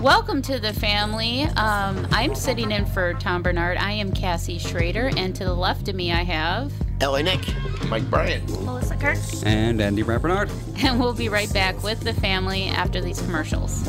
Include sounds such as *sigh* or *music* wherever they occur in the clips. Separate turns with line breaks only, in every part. Welcome to the family. Um, I'm sitting in for Tom Bernard. I am Cassie Schrader, and to the left of me, I have.
LA Nick, Mike Bryant.
Melissa Kirk.
And Andy Rappernard.
And we'll be right back with the family after these commercials.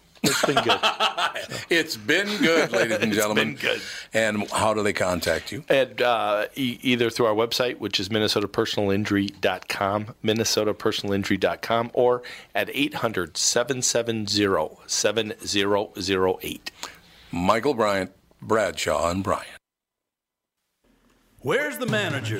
It's been good.
*laughs* It's been good, ladies and gentlemen.
been good.
And how do they contact you?
And uh, e- either through our website, which is minnesotapersonalinjury.com, minnesotapersonalinjury.com, or at 800-770-7008.
Michael Bryant, Bradshaw, and Bryant.
Where's the manager?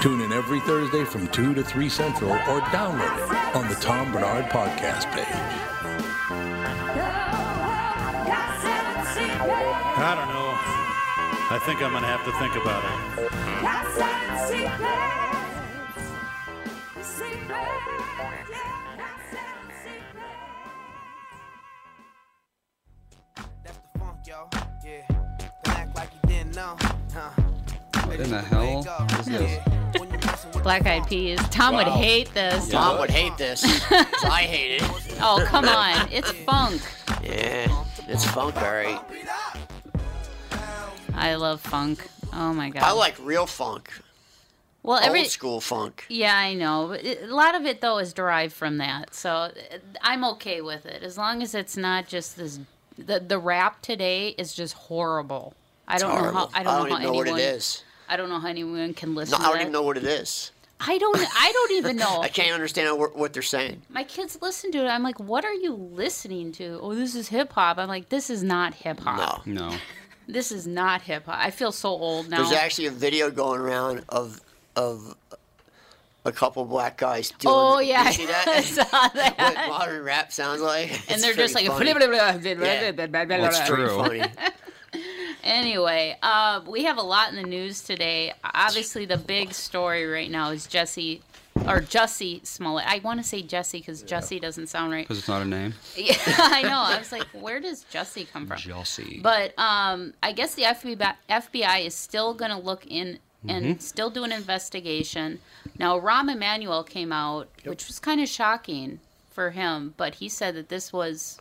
Tune in every Thursday from 2 to 3 Central or download it on the Tom Bernard podcast page.
I don't know. I think I'm going to have to think about it.
That's the funk, yo. Yeah. Don't act like you didn't know. Huh. What
in the hell is this?
Black Eyed Peas. Tom would hate this.
Tom would hate this. 'cause I hate it.
Oh,
*laughs*
come on. It's funk.
Yeah, it's funk, all right.
I love funk. Oh, my God.
I like real funk,
well,
old school funk.
Yeah, I know. But it- A lot of it though is derived from that, so uh, I'm okay with it as long as it's not just this. The the rap today is just horrible. I don't know how.
Horrible.
I don't, know how
even know
anyone,
what it is.
I don't know how anyone can
No,
listen.
I
to
don't
that.
even know what it is.
I don't. I don't even know.
*laughs* I can't understand what, what they're saying.
My kids listen to it. I'm like, what are you listening to? Oh, this is hip hop. I'm like, this is not hip hop.
No.
*laughs* No.
This is not hip hop. I feel so old now.
There's actually a video going around of of a couple black guys doing.
oh
you
yeah, *laughs*
see
I
that?
saw that.
what modern rap sounds like.
and
It's
they're just
pretty
like *laughs*
funny.
That's true.
Funny.
Anyway, uh, we have a lot in the news today. Obviously, the big story right now is Jesse or Jussie Smollett. I want to say Jesse because Jussie doesn't sound right.
Because it's not a name.
Yeah, *laughs* I know. I was like, where does Jussie come from?
Jossie.
But um, I guess the FBI, FBI is still going to look in and still do an investigation. Now, Rahm Emanuel came out, which was kind of shocking for him, but he said that this was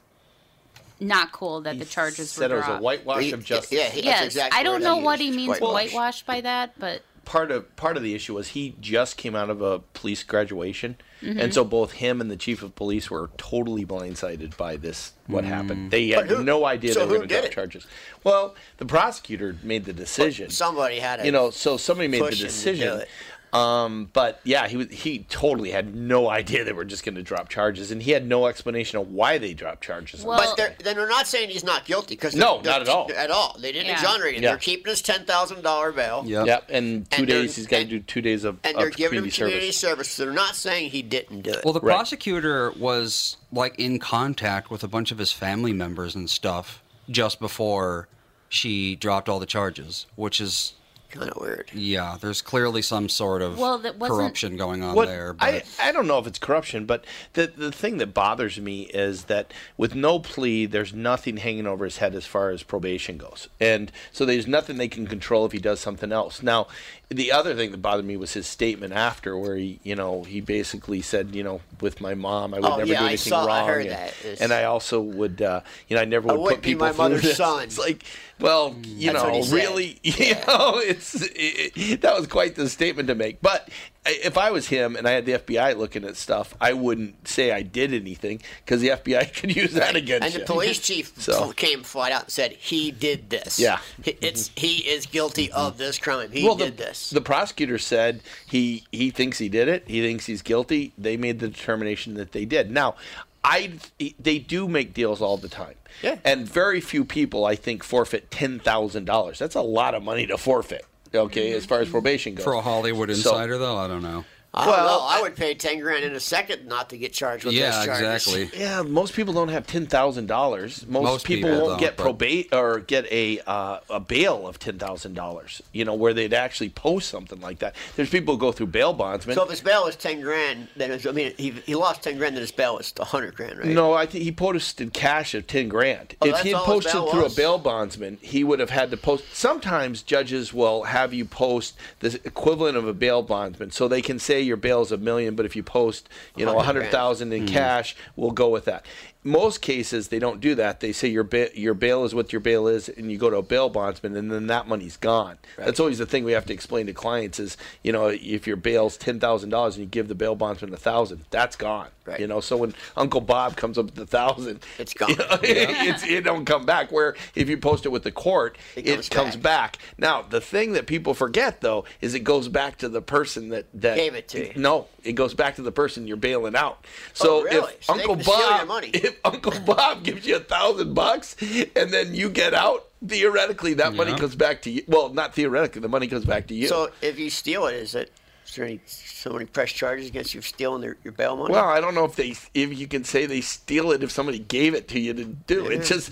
not cool that the charges were
said it was
dropped.
a whitewash
He-
of justice.
Yeah, he- that's
yes,
exactly
I don't
what
know what he
used,
means
whitewash.
whitewashed by that, but
Part of part of the issue was he just came out of a police graduation,
Mm-hmm.
and so both him and the chief of police were totally blindsided by this. What happened? They had
Mm. But who-
no idea
so
they
who
were going
did
to drop
it?
charges. Well, the prosecutor made the decision.
Somebody had it.
you know, so somebody made the
pushing to do
decision.
it.
Um, but yeah, he was- he totally had no idea they were just going to drop charges, and he had no explanation of why they dropped charges.
Well-
But they're, then they're not saying he's not guilty because
No, not at all.
At all, they didn't
Yeah.
exonerate him.
Yeah.
They're keeping his ten thousand dollar bail.
Yeah.
yep, and two
And they're-
days he's got to
and-
do two days of,
And
of
they're giving him
community
community
service.
service. So they're not saying he didn't do it.
Well, the
Right.
prosecutor was like in contact with a bunch of his family members and stuff just before she dropped all the charges, which is
kind of weird.
yeah. There's clearly some sort of
Well, that wasn't-
corruption going on
What-
there. But
I, I don't know if it's corruption, but the the thing that bothers me is that with no plea, there's nothing hanging over his head as far as probation goes, and so there's nothing they can control if he does something else. Now, the other thing that bothered me was his statement after, where he you know he basically said you know with my mom I would
Oh,
never
yeah,
do
I
anything
saw- I
wrong,
heard
and,
that. It's-
and I also would uh, you know I never
I
would put
wouldn't be
people
my
through
mother's
this.
son.
It's like well you
Mm, That's what he
know
said.
really *laughs* you know it's it, it- that was quite the statement to make but i- if i was him and i had the fbi looking at stuff i wouldn't say i did anything because the fbi *laughs* could use that against
And
you
the police chief
*laughs* So-
f- came flat out and said he did this.
Yeah. Mm-hmm.
He- it's he is guilty of this crime. He
well, the,
did this.
the prosecutor said he he thinks he did it. He thinks he's guilty. They made the determination that they did. Now, I they do make deals all the time.
Yeah.
And very few people, I think, forfeit ten thousand dollars. That's a lot of money to forfeit. Okay, as far as probation goes.
for a Hollywood
So-
insider, though, I don't know.
Mm-hmm. I don't
well,
know. I would pay ten grand in a second not to get charged with
Yeah,
those charges. *laughs*
exactly.
Yeah, most people don't have ten thousand dollars. Most,
Most
people,
people don't,
won't get
but-
probate or get a uh, a bail of ten thousand dollars. You know, where they'd actually post something like that. There's people who go through bail bondsmen.
So if his bail was ten grand, then it's, I mean he, he lost ten grand, then his bail was a hundred grand, right?
no, I think he posted cash of ten grand.
Oh,
if
that's
he had
all his
posted
bail
through
was?
a bail bondsman, he would have had to post. Sometimes judges will have you post the equivalent of a bail bondsman, so they can say your bail is a million, but if you post, you know, a hundred
100 grand.
thousand in cash, we'll go with that. Most cases they don't do that. They say your ba- your bail is what your bail is, and you go to a bail bondsman, and then that money's gone. That's always the thing we have to explain to clients is you know if your bail's ten thousand dollars and you give the bail bondsman a thousand, that's gone.
Right.
You know, so when Uncle Bob comes up with a thousand,
It's gone.
*laughs* You know, it's, it don't come back. Where if you post it with the court, it,
comes
comes,
back.
back. Now the thing that people forget though is it goes back to the person that that
Gave it to you.
No, it goes back to the person you're bailing out. So
Oh, really?
if
So they
Uncle
can steal your
Bob,
money.
*laughs* if Uncle Bob gives you a thousand bucks and then you get out, theoretically that money
Yeah.
comes back to you. Well, not theoretically, the money comes back to you.
So if you steal it, is it is there any so many press charges against you for stealing their, your bail money?
well, I don't know if they if you can say they steal it if somebody gave it to you to do. It's just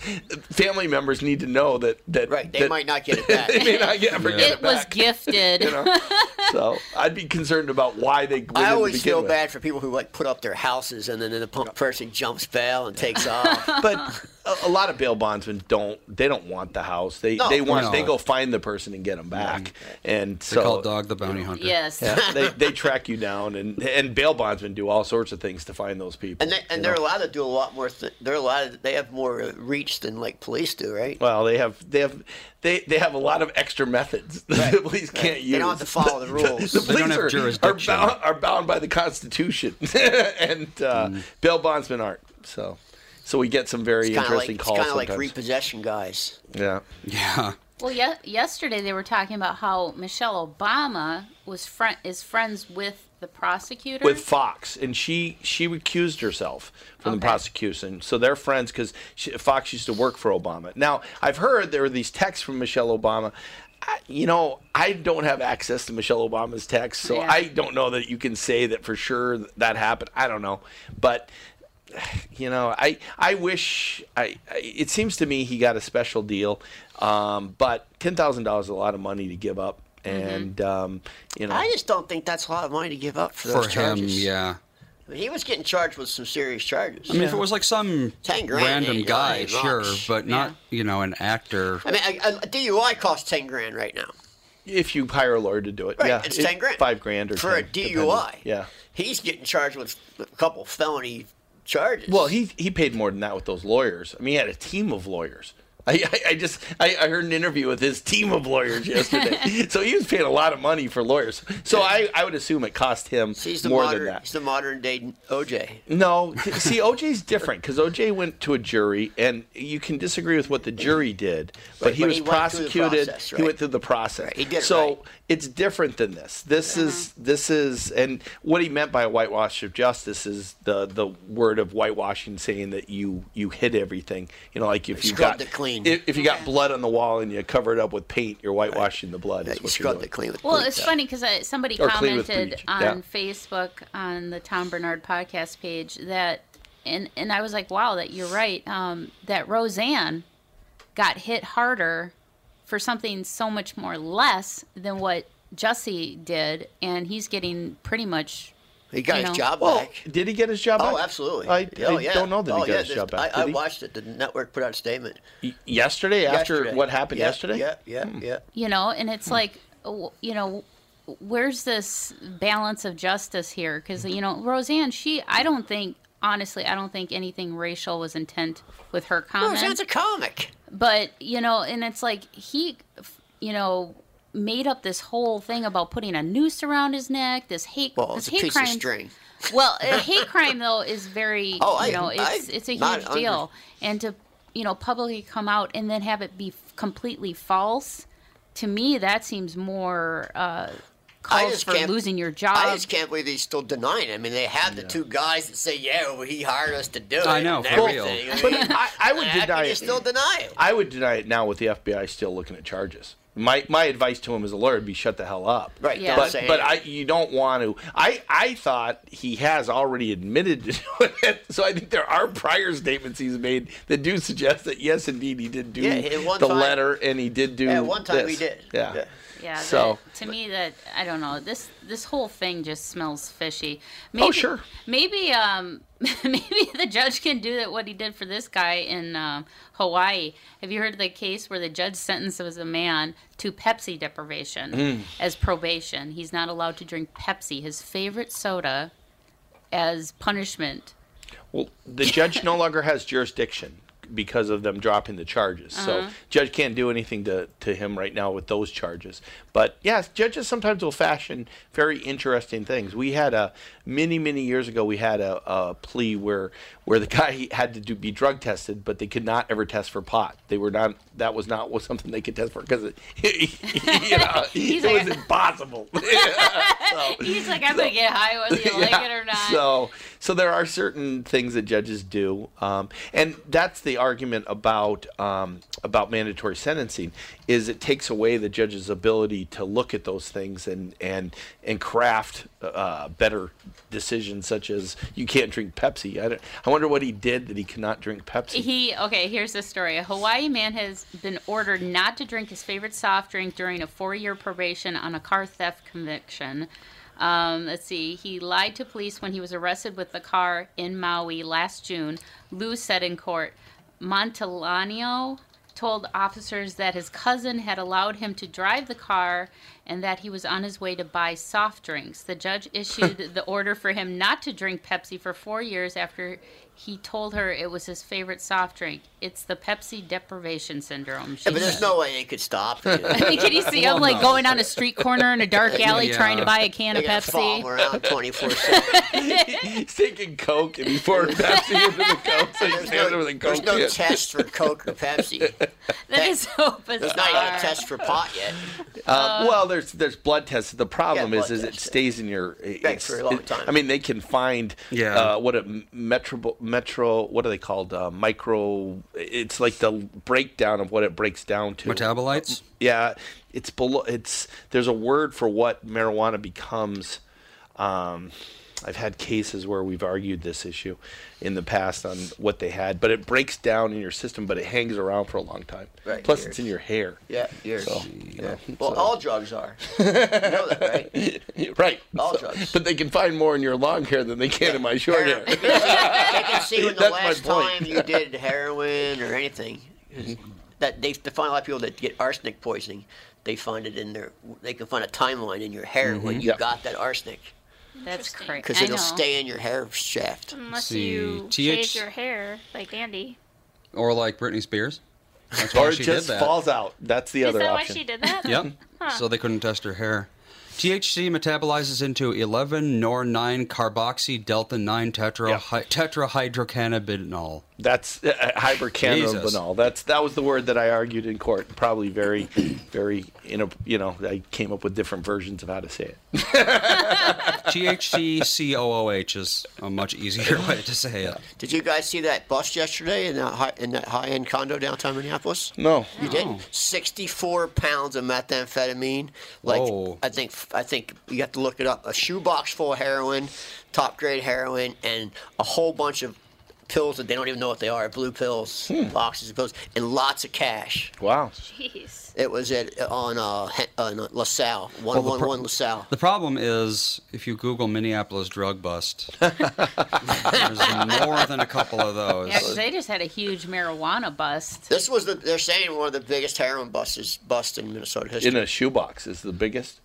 family members need to know that that
right, they
that-
might not get
*laughs*
it back.
they may not get, ever get
It
it
was
back.
gifted.
you know? so I'd be concerned about why they. went in
I
to
always
begin
feel
with.
bad for people who like put up their houses and then the pump person jumps bail and
*laughs*
takes off.
but a, a lot of bail bondsmen don't. They don't want the house. They
No.
they want.
No.
They go find the person and get them back. And
They
so
call Dog the Bounty Hunter.
Yes.
Yeah, *laughs* they, they track you down, and and bail bondsmen do all sorts of things to find those people.
And, they,
you
and they're
know?
allowed to do a lot more. Th- they're allowed. they have more uh, reach than like police do, right?
well, they have they have they, they have a lot of extra methods *laughs* that the police can't use.
They don't have to follow the rules.
*laughs* The
They don't have
police are- are,
jurisdiction.
bound, are bound by the Constitution, *laughs* and uh,
Mm.
bail bondsmen aren't. So, so we get some very
it's kind of like
interesting
it's
calls.
kind of like
sometimes.
repossession guys.
yeah,
*laughs* Yeah.
Well, ye- yesterday they were talking about how Michelle Obama was friend is friends with the prosecutor.
with Fox, and she she recused herself from the
Okay.
prosecution. So they're friends because Fox used to work for Obama. Now I've heard there were these texts from Michelle Obama. I, you know, I don't have access to Michelle Obama's texts, so
Yeah.
I don't know that you can say that for sure that happened. I don't know, but *sighs* you know, I I wish I, I it seems to me he got a special deal, um, but ten thousand dollars is a lot of money to give up,
Mm-hmm.
and um, you know,
I just don't think that's a lot of money to give up for
For
those
him,
charges.
yeah.
I mean, he was getting charged with some serious charges.
I mean, if it was like some
10 grand
random
ain't
guy,
ain't
sure,
much.
but not you know an actor.
I mean, a, a DUI costs ten grand right now.
if you hire a lawyer to do it.
Right,
yeah,
it's
it-
ten grand.
Five grand or
for
10,
a
depending.
DUI.
Yeah.
he's getting charged with a couple felony charges.
Well, he he paid more than that with those lawyers. I mean, he had a team of lawyers. I, I, I just I, I heard an interview with his team of lawyers yesterday.
*laughs*
so he was paying a lot of money for lawyers. So I, I would assume it cost him
He's the
more
modern.
than that.
He's the modern day OJ.
No, t- see, OJ's different because OJ went to a jury, and you can disagree with what the jury did, but
Right,
he
but
was
he went through the
prosecuted.
process,
He
right.
went through the process.
Right, he did it
so
right. Uh-huh.
it's different than this. This is this is, and what he meant by whitewash of justice is the the word of whitewashing, saying that you you hid everything. You know, like if you
Scrubbed
got
it clean.
if, if you got blood on the wall and you cover it up with paint, you're whitewashing the blood.
Yeah,
Is
you
what you're
scrubbed it
doing.
clean with.
Well,
bleach.
it's funny because somebody
Or clean with
commented
bleach,
on
yeah.
Facebook on the Tom Bernard podcast page that, and and I was like, wow, that you're right. Um, that Roseanne got hit harder for something so much more less than what Jussie did, and he's getting pretty much.
He got
you
his
know.
job
Oh,
back.
did he get his job back?
Oh, absolutely.
I,
oh,
I
yeah.
don't know that
oh,
he got
yeah,
his job
there's-
back.
I, I
did he?
watched it. The network put out a statement.
Y- yesterday after
Yesterday.
what happened
Yeah,
yesterday Hmm.
Yeah, yeah, yeah.
you know and
Hmm.
it's like w- you know where's this balance of justice here because
Hmm.
you know roseanne she i don't think honestly i don't think anything racial was intent with her
Oh,
comments
sounds a comic.
but you know and it's like he f- you know made up this whole thing about putting a noose around his neck this hate
Well,
this
it's a
hate
piece
crime
of string.
well, a hate crime though is very
*laughs* Oh, I-
you know it's
I-
it's a
not
huge
under-
deal, and to you know publicly come out and then have it be f- completely false, to me that seems more uh, calls
just
for
can't-
losing your job.
I just can't believe he's still denying. it. I mean, they have the two guys that say, "Yeah, well, he hired us to do it."
I know,
and
for real.
everything. I
*laughs* but
mean,
I,
*laughs*
I would
how
deny
can you
it
still deny it?
i would deny it now with the fbi still looking at charges my, my advice to him as a lawyer would be shut the hell up.
Right,
Yeah. don't
But
say
but I
anything.
you don't want to. I I thought he has already admitted to doing it. *laughs* So I think there are prior statements he's made that do suggest that yes, indeed, he did do
Yeah, at one
the
time-
letter and he did do.
At one time
Mm, this.
he did.
Yeah.
Yeah.
yeah. that-
so-
to me, that I don't know this this whole thing just smells fishy. Maybe,
Oh, sure.
Maybe um *laughs* maybe the judge can do that what he did for this guy in um, Hawaii. Have you heard of the case where the judge sentences a man to Pepsi deprivation
Mm.
as probation? He's not allowed to drink Pepsi, his favorite soda, as punishment.
Well, the judge no longer has jurisdiction because of them dropping the charges. So judge can't do anything to, to him right now with those charges. But yes, judges sometimes will fashion very interesting things. We had a many many years ago we had a, a plea where where the *laughs* guy had to do, be drug tested, but they could not ever test for pot. They were not that was not was something they could test for because it, *laughs* you know, it
like-
was impossible. *laughs*
He's like, I'm gonna get high whether you like it or not.
So, so there are certain things that judges do, um, and that's the argument about um, about mandatory sentencing is it takes away the judge's ability to look at those things and and and craft uh, better decisions, such as you can't drink Pepsi. I, don't, I wonder what he did that he cannot drink Pepsi.
He okay. Here's the story. A Hawaii man has been ordered not to drink his favorite soft drink during a four-year probation on a car theft conviction. Um, let's see. He lied to police when he was arrested with the car in Maui last June. Lou said in court, Montalano told officers that his cousin had allowed him to drive the car and that he was on his way to buy soft drinks. The judge issued the order for him not to drink Pepsi for four years after he told her it was his favorite soft drink. It's the Pepsi deprivation syndrome. She
Yeah, but there's
said.
no way they could
*laughs*
stop. You know.
I mean, can you see him like going on a street corner in a dark alley
Yeah.
trying to buy a can
They
of
gotta follow 'em
Pepsi?
around 24
*laughs*
seven.
*laughs* He's taking Coke and he poured Pepsi into the Coke, so he's
There's
standing
no,
with a
there's
Coke
no
can.
test for Coke or
*laughs*
Pepsi.
That is so *laughs* bizarre.
There's not even a test for pot yet.
Um, well, there's there's blood tests. The problem
Uh, Yeah,
is,
blood
is it
tests, yeah.
stays in your it-
Right, for a
it's-
long
it-
time.
I mean, they can find
Yeah.
uh, what a m- metro metro what are they called uh, micro? It's like the breakdown of what it breaks down to.
Metabolites?
Yeah, it's below. It's there's a word for what marijuana becomes. Um, I've had cases where we've argued this issue in the past on what they had, but it breaks down in your system, but it hangs around for a long time.
Right,
Plus,
years.
it's in your hair.
Yeah, years.
So,
yeah. Well, all drugs are. You know that, right?
*laughs* Right.
All drugs.
But they can find more in your long hair than they can in my short *laughs* hair.
They can see when the
That's my
last
point.
time you did heroin or anything. That they, they find a lot of people that get arsenic poisoning. They find it in their. They can find a timeline in your hair when you
Mm-hmm. Yep.
got that arsenic
That's
That's
Interesting.
crazy.
because
I
it'll
know.
stay in your hair shaft.
Unless
See,
you
TH
shave your hair like Andy.
Or like Britney Spears? That's why
or it
she did
just
that.
falls out. That's the
Is
other
that why
option.
she did that?
*laughs* Yep. So they couldn't test her hair. THC metabolizes into 11 nor 9 carboxy delta 9 tetra
Yep.
hy- tetrahydrocannabinol.
That's uh, uh,
Jesus.
hydrocannabinol. That's that was the word that I argued in court. Probably *clears throat* very, very, in a, you know, I came up with different versions of how to say it.
THC COOH is a much easier way to say it.
Did you guys see that bus yesterday in that high, in that high-end condo downtown Minneapolis?
*laughs* No,
You did 64 pounds of methamphetamine. Like
Oh.
Whoa.
I think I think you have to look it up. A shoebox full of heroin, top grade heroin, and a whole bunch of pills that they don't even know what they are. Blue pills,
Hmm.
boxes of pills, and lots of cash.
wow.
Jeez.
It was at on uh, He- on uh, LaSalle, one
the
one
pro-
one LaSalle.
The problem is, if you Google Minneapolis drug bust, there's more than a couple of those.
Yeah, 'cause they just had a huge marijuana bust.
This was the they're saying one of the biggest heroin busts bust in Minnesota history.
In a shoebox is the biggest.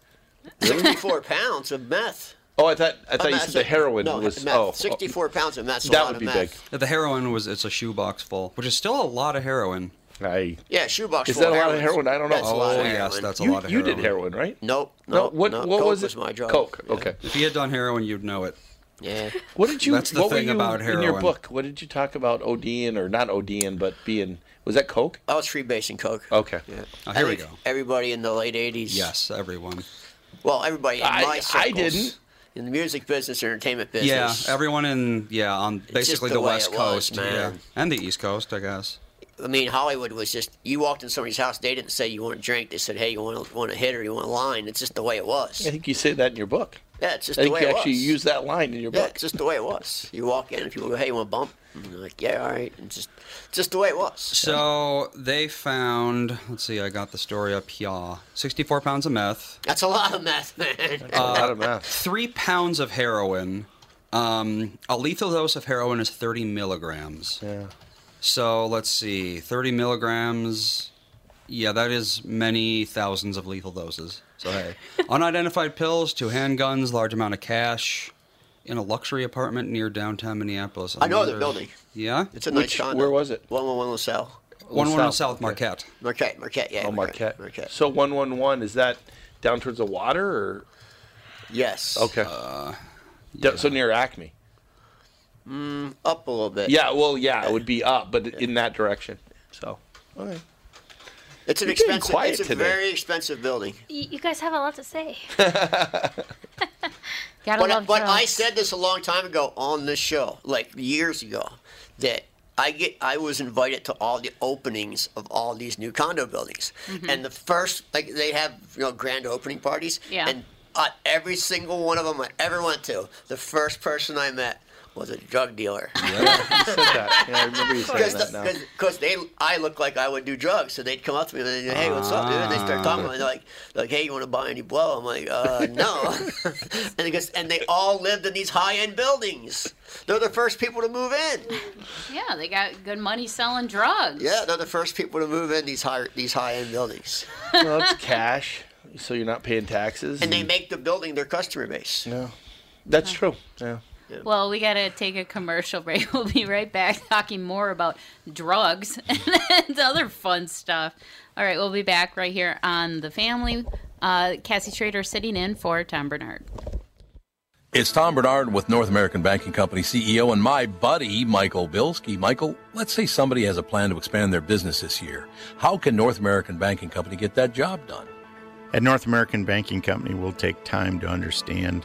64 pounds of meth.
Oh, I thought I
Of
thought you
meth.
said the heroin
no,
was.
meth.
Oh,
64 pounds of meth.
that would be big.
The heroin was it's a shoebox full, which is still a lot of heroin.
I.
Yeah, shoebox.
Is
full
that a lot of
heroin's-
heroin? I don't know.
That's a
oh
lot of
yes,
heroin.
that's a
you,
lot of
you
heroin.
did heroin, right?
Nope. No.
what
no.
what
Coke
was it?
my drug.
Coke.
Yeah.
Okay.
If you had done heroin, you'd know it.
Yeah.
What did you?
That's the
what were
thing
you-
about
in your
heroin.
book. What did you talk about ODing or not ODing, but being was that coke?
I was Oh, freebasing coke.
Okay.
Yeah.
Oh,
I
here we
think
go.
Everybody in the late '80s.
Yes, everyone.
Well, everybody in
I-
my
I
circles.
didn't.
In the music business, entertainment
Yeah,
business.
everyone in yeah on basically
the
the,
way
West
it was,
Coast, yeah,
man.
and the East Coast, I guess.
I mean, Hollywood was just. You walked in somebody's house, they didn't say you want a drink. They said, "Hey, you want a, want a hit or you want a line?" It's just the way it was.
I think you say that in your book.
Yeah, it's just
I
the
think
way
you
it
actually
was.
use that line in your
Yeah,
book.
it's just the way it was. You walk in and people go, "Hey, you want a bump?" And you're like, "Yeah, all right." And just, just the way it was.
So they found. Let's see, I got the story up here. Sixty-four pounds of meth,
That's a lot of meth, man.
a lot of math.
three pounds of heroin. Um, a lethal dose of heroin is thirty milligrams.
Yeah.
So let's see, thirty milligrams. Yeah, that is many thousands of lethal doses. So
*laughs*
hey, unidentified pills, two handguns, large amount of cash, in a luxury apartment near downtown Minneapolis.
I know the
wonder-
building.
Yeah,
It's a nice
Which-
condo.
where was it?
One one one LaSalle.
one one
South,
South, South
okay.
Marquette.
Marquette, Marquette, yeah.
Oh, Marquette.
Marquette.
So one one one is that down towards the water or
yes.
okay? D- So near Acme.
Up a little bit.
Yeah. Well, yeah, it would be up, but in that direction. So. Okay.
It's an
You're getting
expensive.
quiet
It's a
today.
very expensive building.
Y- you guys have a lot to say.
Gotta
But,
love
but I
drugs.
said this a long time ago on this show, like years ago, that I get I was invited to all the openings of all these new condo buildings,
Mm-hmm.
and the first like they have you know grand opening parties,
Yeah.
and uh, every single one of them I ever went to, the first person I met was a drug dealer.
You said that. Yeah, I remember you saying that now.
Because they, I look like I would do drugs, so they'd come up to me and they'd say, "Hey, what's up, dude?" And they start talking, and they're like, they're like, "Hey, you want to buy any blow?" I'm like, uh, "No," *laughs* and they goes, and they all lived in these high-end buildings. They're the first people to move in.
Yeah, they got good money selling drugs.
Yeah, they're the first people to move in these high these high-end buildings,
Well, it's cash, so you're not paying taxes.
and they make the building their customer base.
Yeah. That's true. Yeah.
Well, we gotta take a commercial *laughs* break. We'll be right back talking more about drugs *laughs* and other fun stuff. All right, we'll be back right here on the family. Uh, Cassie Schrader sitting in for Tom Bernard.
It's Tom Bernard with North American Banking Company CEO and my buddy, Michael Bilski. Michael, let's say somebody has a plan to expand their business this year. How can North American Banking Company get that job done?
At North American Banking Company, we'll take time to understand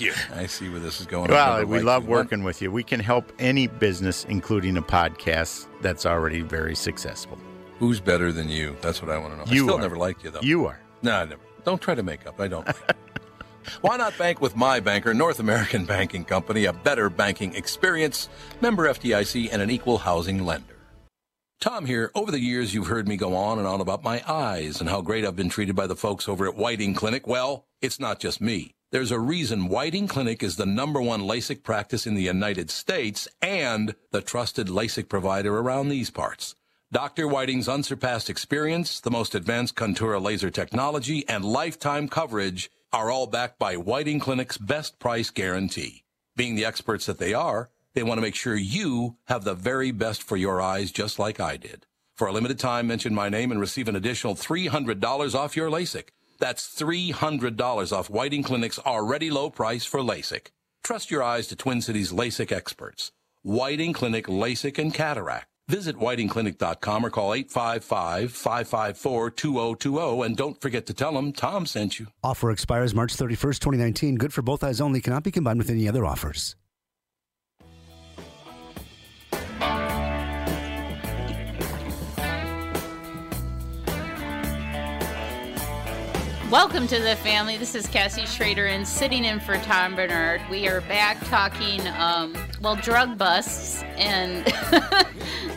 you. I see where this is going.
Well,
Never
we
liked
love
you.
working with you. We can help any business, including a podcast that's already very successful.
Who's better than you? That's what I want to know.
You
I still
are.
never liked you though.
You are.
No, I never. Don't try to make up. I don't. like it. Why not bank with my banker, North American Banking Company, a better banking experience, member FDIC, and an equal housing lender? Tom here. Over the years, you've heard me go on and on about my eyes and how great I've been treated by the folks over at Whiting Clinic. Well, it's not just me. There's a reason Whiting Clinic is the number one LASIK practice in the United States and the trusted LASIK provider around these parts. Dr. Whiting's unsurpassed experience, the most advanced Contura laser technology, and lifetime coverage are all backed by Whiting Clinic's best price guarantee. Being the experts that they are, they want to make sure you have the very best for your eyes, just like I did. For a limited time, mention my name and receive an additional $300 off your LASIK. That's $300 off Whiting Clinic's already low price for LASIK. Trust your eyes to Twin Cities LASIK experts. Whiting Clinic LASIK and Cataract. Visit whitingclinic.com or call 855-554-2020 and don't forget to tell them Tom sent you.
Offer expires March 31st, 2019. Good for both eyes only. Cannot be combined with any other offers.
Welcome to the family. This is Cassie Schrader and sitting in for Tom Bernard. We are back talking, um, well, drug busts and *laughs*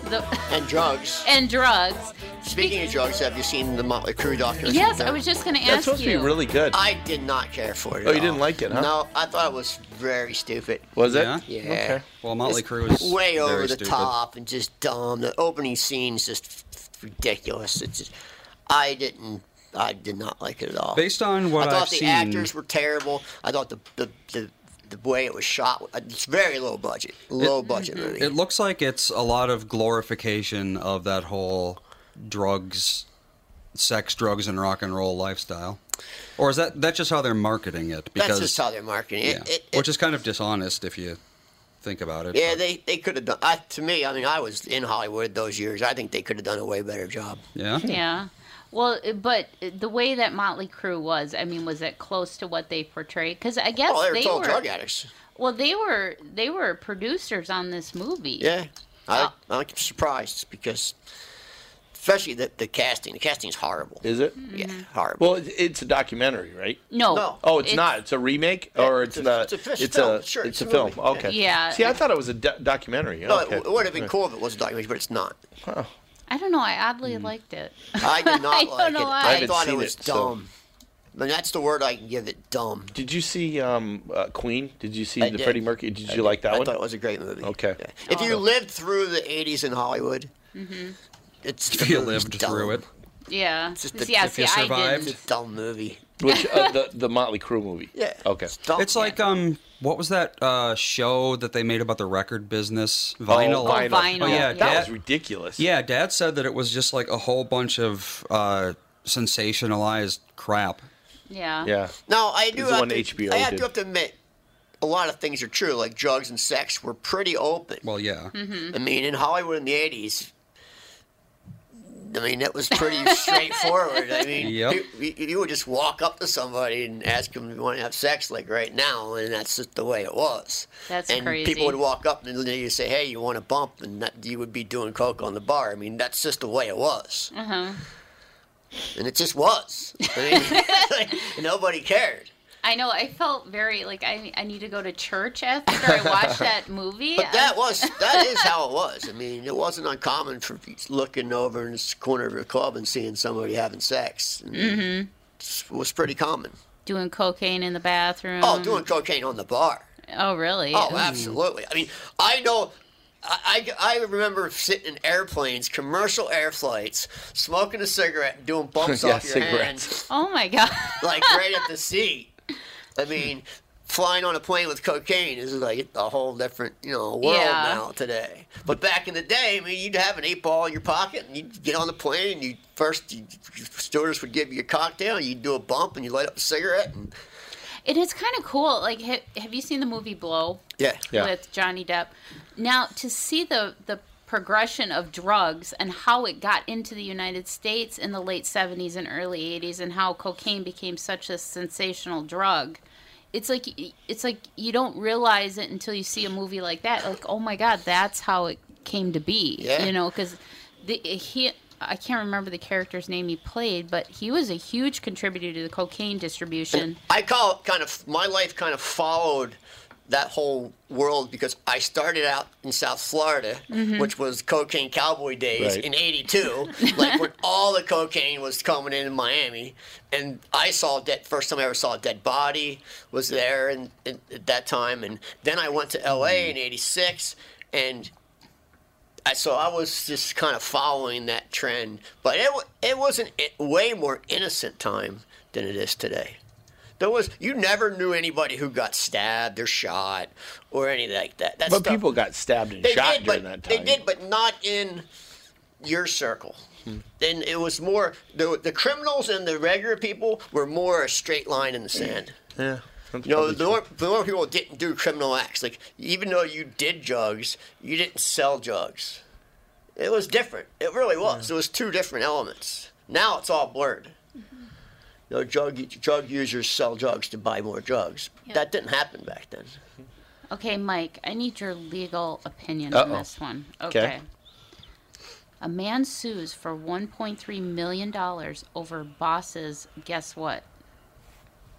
the,
and drugs.
and drugs.
Speaking of drugs, have you seen the Motley Crue documentary?
Yes, I was just going to ask you.
good.
I did not care for it.
Oh,
at
you didn't
all.
like it, huh?
No, I thought it was very stupid.
Was it?
Yeah.
Yeah.
Okay.
Well, Motley
It's
Crue is
way
very
over the
stupid.
top and just dumb. The opening scene's just f- f- ridiculous. It's just, I didn't, I did not like it at all.
Based on what
I thought
I've
the
seen-
actors were terrible. I thought the the, the the way it was shot, uh, it's very low budget, low budget movie.
It looks like it's a lot of glorification of that whole drugs, sex, drugs, and rock and roll lifestyle. Or is that that's just how they're marketing it?
That's just how they're marketing it.
yeah.
it, it
which is kind of dishonest if you think about it.
yeah,
but-
they, they could have done. I, to me, I mean, I was in Hollywood those years. I think they could have done a way better job.
yeah.
Yeah. Well, but the way that Motley Crue was, I mean, was it close to what they portrayed? Because I guess
Oh, they were
they
total
were.
drug addicts.
Well, they were they were producers on this movie.
Yeah,
Oh.
I, I'm surprised because, especially the the casting. The casting's horrible.
Is it?
Yeah,
Mm-hmm.
horrible.
Well, it- it's a documentary, right?
No.
No.
Oh, it's, not. It's a remake, or it's,
it's a-
not.
it's a fish
it's
film.
A,
Sure, it's
it's a
a
film.
movie.
Okay.
Yeah.
See, I thought it was a do- documentary.
no,
okay.
it, would have been cool if it was a documentary, but
*laughs*
it's not.
I don't know. I oddly
Hmm.
liked it.
I did not
I
like
don't know
it.
why. I
I,
haven't
thought it
seen
was
it, so-
dumb. I mean, that's the word I can give it. Dumb.
Did you see um, uh, Queen? Did you see
I
the
did.
Freddie Mercury? Did
I
you
did.
like that
I
one?
thought it was a great movie.
Okay.
Yeah. If you lived through the '80s in Hollywood,
Mm-hmm.
it's
If you lived through it.
Yeah.
just the-
yeah.
if
See,
you
I
survived-
It's
didn't.
a dumb movie.
Which uh, the the Motley Crue movie.
Yeah.
Okay.
It's, dumb.
It's like um, what was that uh, show that they made about the record business? Vinyl.
Oh, vinyl. vinyl.
Oh, yeah,
That
That
Dad-
was ridiculous.
Yeah, Dad said that it was just like a whole bunch of uh, sensationalized crap.
Yeah.
Yeah.
No, I do
It's the
have
one
to,
HBO
I have
did.
to have to admit, a lot of things are true. Like drugs and sex were pretty open.
Well, yeah.
I mean, in Hollywood in the '80s, I mean, that
*laughs*
was pretty straightforward. I mean,
Yep.
you, you- you would just walk up to somebody and ask them if you want to have sex, like right now, and that's just the way it was.
That's
and
crazy.
people would walk up and they would say, "Hey, you want to bump?" And that, you would be doing coke on the bar. I mean, that's just the way it was,
Uh huh.
and it just was. I mean, *laughs* nobody cared.
I know. I felt very like I I need to go to church after I
*laughs*
watched that movie.
But that was that
*laughs*
is how it was. I mean, it wasn't uncommon for looking over in this corner of a club and seeing somebody having sex. Mm-hmm. It was pretty
Mm.
common.
doing cocaine in the bathroom.
Oh, doing cocaine on the bar.
Oh, really?
Oh, absolutely. I mean, I know. I, I, I remember sitting in airplanes, commercial air flights, smoking a cigarette, and doing bumps
*laughs* Yeah,
off your hand,
cigarettes.
Oh my god. *laughs*
like right at the seat. I mean, flying on a plane with cocaine is like a whole different, you know, world
Yeah.
now today. But back in the day, I mean, you'd have an eight ball in your pocket, and you'd get on the plane, and you first, you, stewardess would give you a cocktail, and you'd do a bump, and you light up a cigarette, and
It is kind of cool. Like, ha- have you seen the movie Blow?
yeah,
Yeah.
with Johnny Depp. Now to see the the progression of drugs and how it got into the United States in the late 70s and early 80s and how cocaine became such a sensational drug. It's like it's like you don't realize it until you see a movie like that. Like, oh my god, that's how it came to be.
Yeah.
You know, cuz the he I can't remember the character's name he played, but he was a huge contributor to the cocaine distribution.
I call it kind of my life kind of followed that whole world because I started out in South Florida,
Mhm.
which was cocaine cowboy days
Right.
in '82, like when all the cocaine was coming in in Miami, and I saw a dead first time I ever saw a dead body was there, and, and at that time, and then I went to LA in '86, and I, so I was just kind of following that trend, but it wa- it was an i- way more innocent time than it is today. There was you never knew anybody who got stabbed or shot or anything like that. That
but
stuff-
people got stabbed and
they
shot
did,
during
but
that
they
time.
did, but not in your circle.
Hmm.
Then it was more the the criminals and the regular people were more a straight line in the sand.
Yeah.
You know, the more, the more people didn't do criminal acts. Like, even though you did drugs, you didn't sell drugs. It was different. It really was. It was two different elements. Now it's all blurred.
Mm-hmm.
You know, drug, drug users sell drugs to buy more drugs. That didn't happen back then.
Okay, Mike, I need your legal opinion on
Uh-oh.
this one.
Okay.
Okay. A man sues for $1.3 million over boss's, guess what?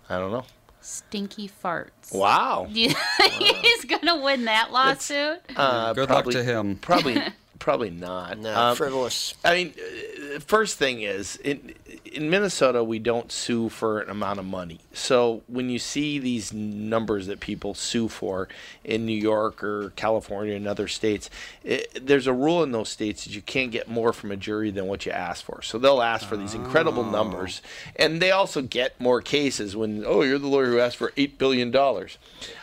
I don't know.
Stinky farts.
Wow.
Do you think *laughs* he's going to win that lawsuit?
Uh,
Good luck
probably,
to him.
Probably, probably not. Um,
No, frivolous.
I mean, uh, the first thing is in in Minnesota we don't sue for an amount of money. So when you see these numbers that people sue for in New York or California and other states, it, there's a rule in those states that you can't get more from a jury than what you ask for. So they'll ask for these incredible numbers, and they also get more cases when oh you're the lawyer who asked for eight billion dollars,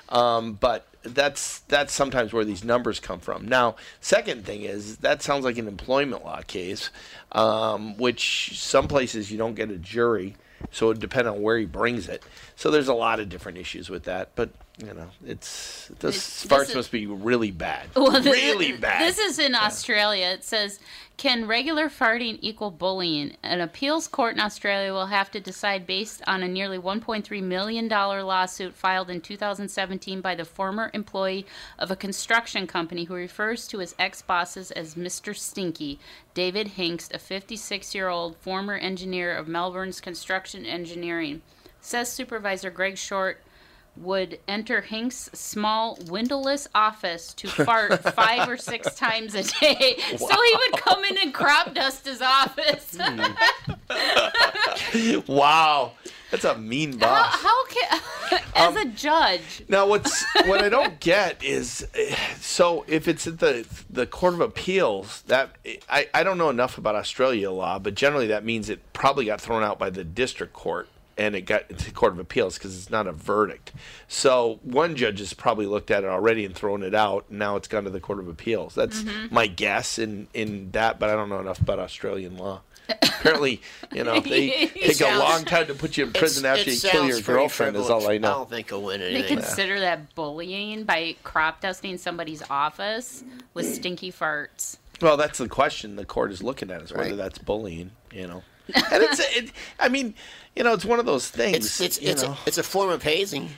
um, but that's that's sometimes where these numbers come from. Now, second thing is that sounds like an employment law case, um, which some places you don't get a jury, so it depend on where he brings it. So there's a lot of different issues with that, but you know, it's this
It's-
farts
this is-
must be really bad,
Well, *laughs* th-
really bad.
This is in Australia. It says, "Can regular farting equal bullying?" An appeals court in Australia will have to decide based on a nearly 1.3 million dollar lawsuit filed in 2017 by the former employee of a construction company who refers to his ex-bosses as Mr. Stinky, David Hinkst, a 56-year-old former engineer of Melbourne's construction engineering. Says supervisor Greg Short would enter Hink's small windowless office
*laughs*
to fart five or six times a day. So he would come in and crop dust his
*laughs*
office.
Hmm. wow, that's a mean
how,
boss.
how can, *laughs* as
Um,
a judge,
Now, what's what I don't get is, eh, so if it's at the the court of appeals, that I I don't know enough about Australia law, but generally that means it probably got thrown out by the district court and it got to the court of appeals because it's not a verdict. So one judge has probably looked at it already and thrown it out, and now it's gone to the court of appeals. That's
Mm-hmm.
Mhm.
my guess in in that, but I don't know enough about Australian law. Apparently, you know,
*laughs*
they
It
take a
sounds-
long time to put you in prison
It's-
after
it
you kill
sounds
your
pretty
girlfriend. Is all I
frivolous.
know.
I don't think he'll win
they
anything.
consider that bullying by crop dusting somebody's office with stinky farts.
Well, that's the question the court is looking at is whether
Right.
that's bullying, you know. And it's, it, I mean, you know, it's one of those things.
It's it's
you
it's
know.
a, it's a form of
*laughs*
hazing.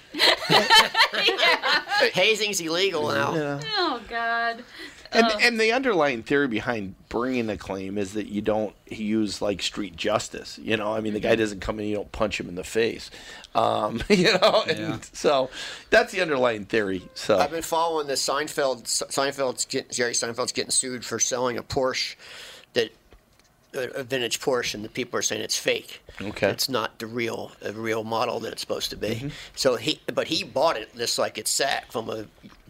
*laughs* Hazing's illegal now.
Yeah.
Oh God.
And
Oh.
and the underlying theory behind bringing a claim is that you don't use like street justice. You know, I mean, the guy
Mm-hmm.
doesn't come in, you don't punch him in the face. Um, *laughs* you know, and so that's the underlying theory. So
I've been following the Seinfeld. Seinfeld's get- Jerry Seinfeld's getting sued for selling a Porsche that a vintage Porsche, and the people are saying it's fake.
Okay.
it's not the real a real model that it's supposed to be. So he, but he bought it just like it's sack from a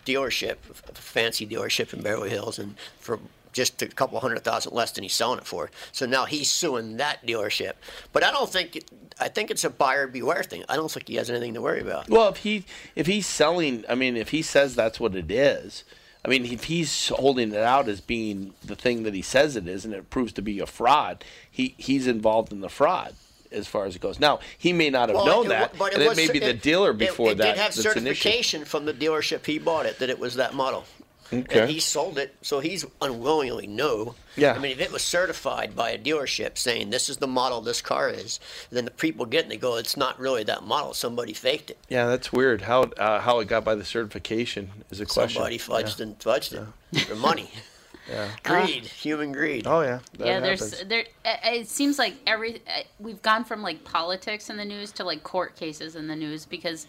dealership, a fancy dealership in Beverly Hills, and for just a couple hundred thousand less than he's selling it for. So now he's suing that dealership. But I don't think it, I think it's a buyer beware thing. I don't think he has anything to worry about.
Well, if he if he's selling, I mean, if he says that's what it is, I mean, if he's holding it out as being the thing that he says it is, and it proves to be a fraud, he he's involved in the fraud as far as it goes. Now he may not have
Well,
known
it
that,
wa- but
and it
was
may
cer-
be the
it-
dealer
it-
before
it,
that.
did have
that's an issue.
certification from the dealership he bought it that it was that model. And
Okay.
he sold it, so he's unwillingly no.
Yeah.
I mean, if it was certified by a dealership saying this is the model this car is, then the people get it and they go, it's not really that model. Somebody faked it.
Yeah, that's weird. How uh, how it got by the certification is a question.
Somebody fudged
yeah.
and fudged it for money.
*laughs* Yeah.
Greed, human greed.
Oh yeah.
yeah, there's there. i- It seems like eh, every uh, we've gone from like politics in the news to like court cases in the news because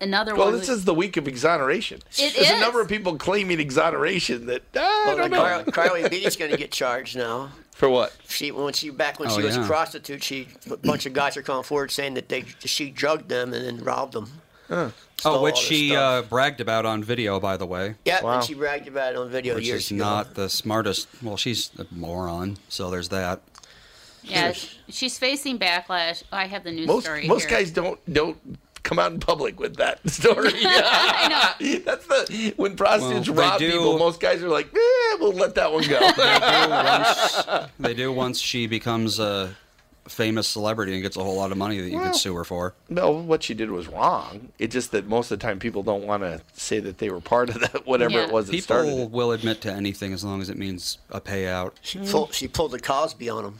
another
Well,
one.
this is the week of exoneration.
It
There's
is.
a number of people claiming exoneration that ah, I
Well, like
don't
Carly,
know.
Carly Beatty's going to get charged now.
For what?
She when she back when
Oh,
she was
yeah.
a prostitute, she a bunch of guys are coming forward saying that they she drugged them and then robbed them.
Oh, which
all this
she uh, bragged about on video, by the way.
Yeah, and she bragged about it on video
Which
years
is
ago.
not the smartest. Well, she's a moron, so there's that.
yeah, sh- she's facing backlash. Oh, I have the news
Most-
story.
most
here.
guys don't don't come out in public with that *laughs* story.
*laughs* I
know. That's the when prostitutes
Well, they
rob
do-
people. Most guys are like, eh, we'll let that one
*laughs*
go. *laughs*
They do once she becomes a famous celebrity and gets a whole lot of money that you
Well,
could sue her for.
No, what she did was wrong. It's just that most of the time people don't want to say that they were part of that, whatever it was that
People
started. it.
will admit to anything as long as it means a payout.
She pulled, she pulled the Cosby on him.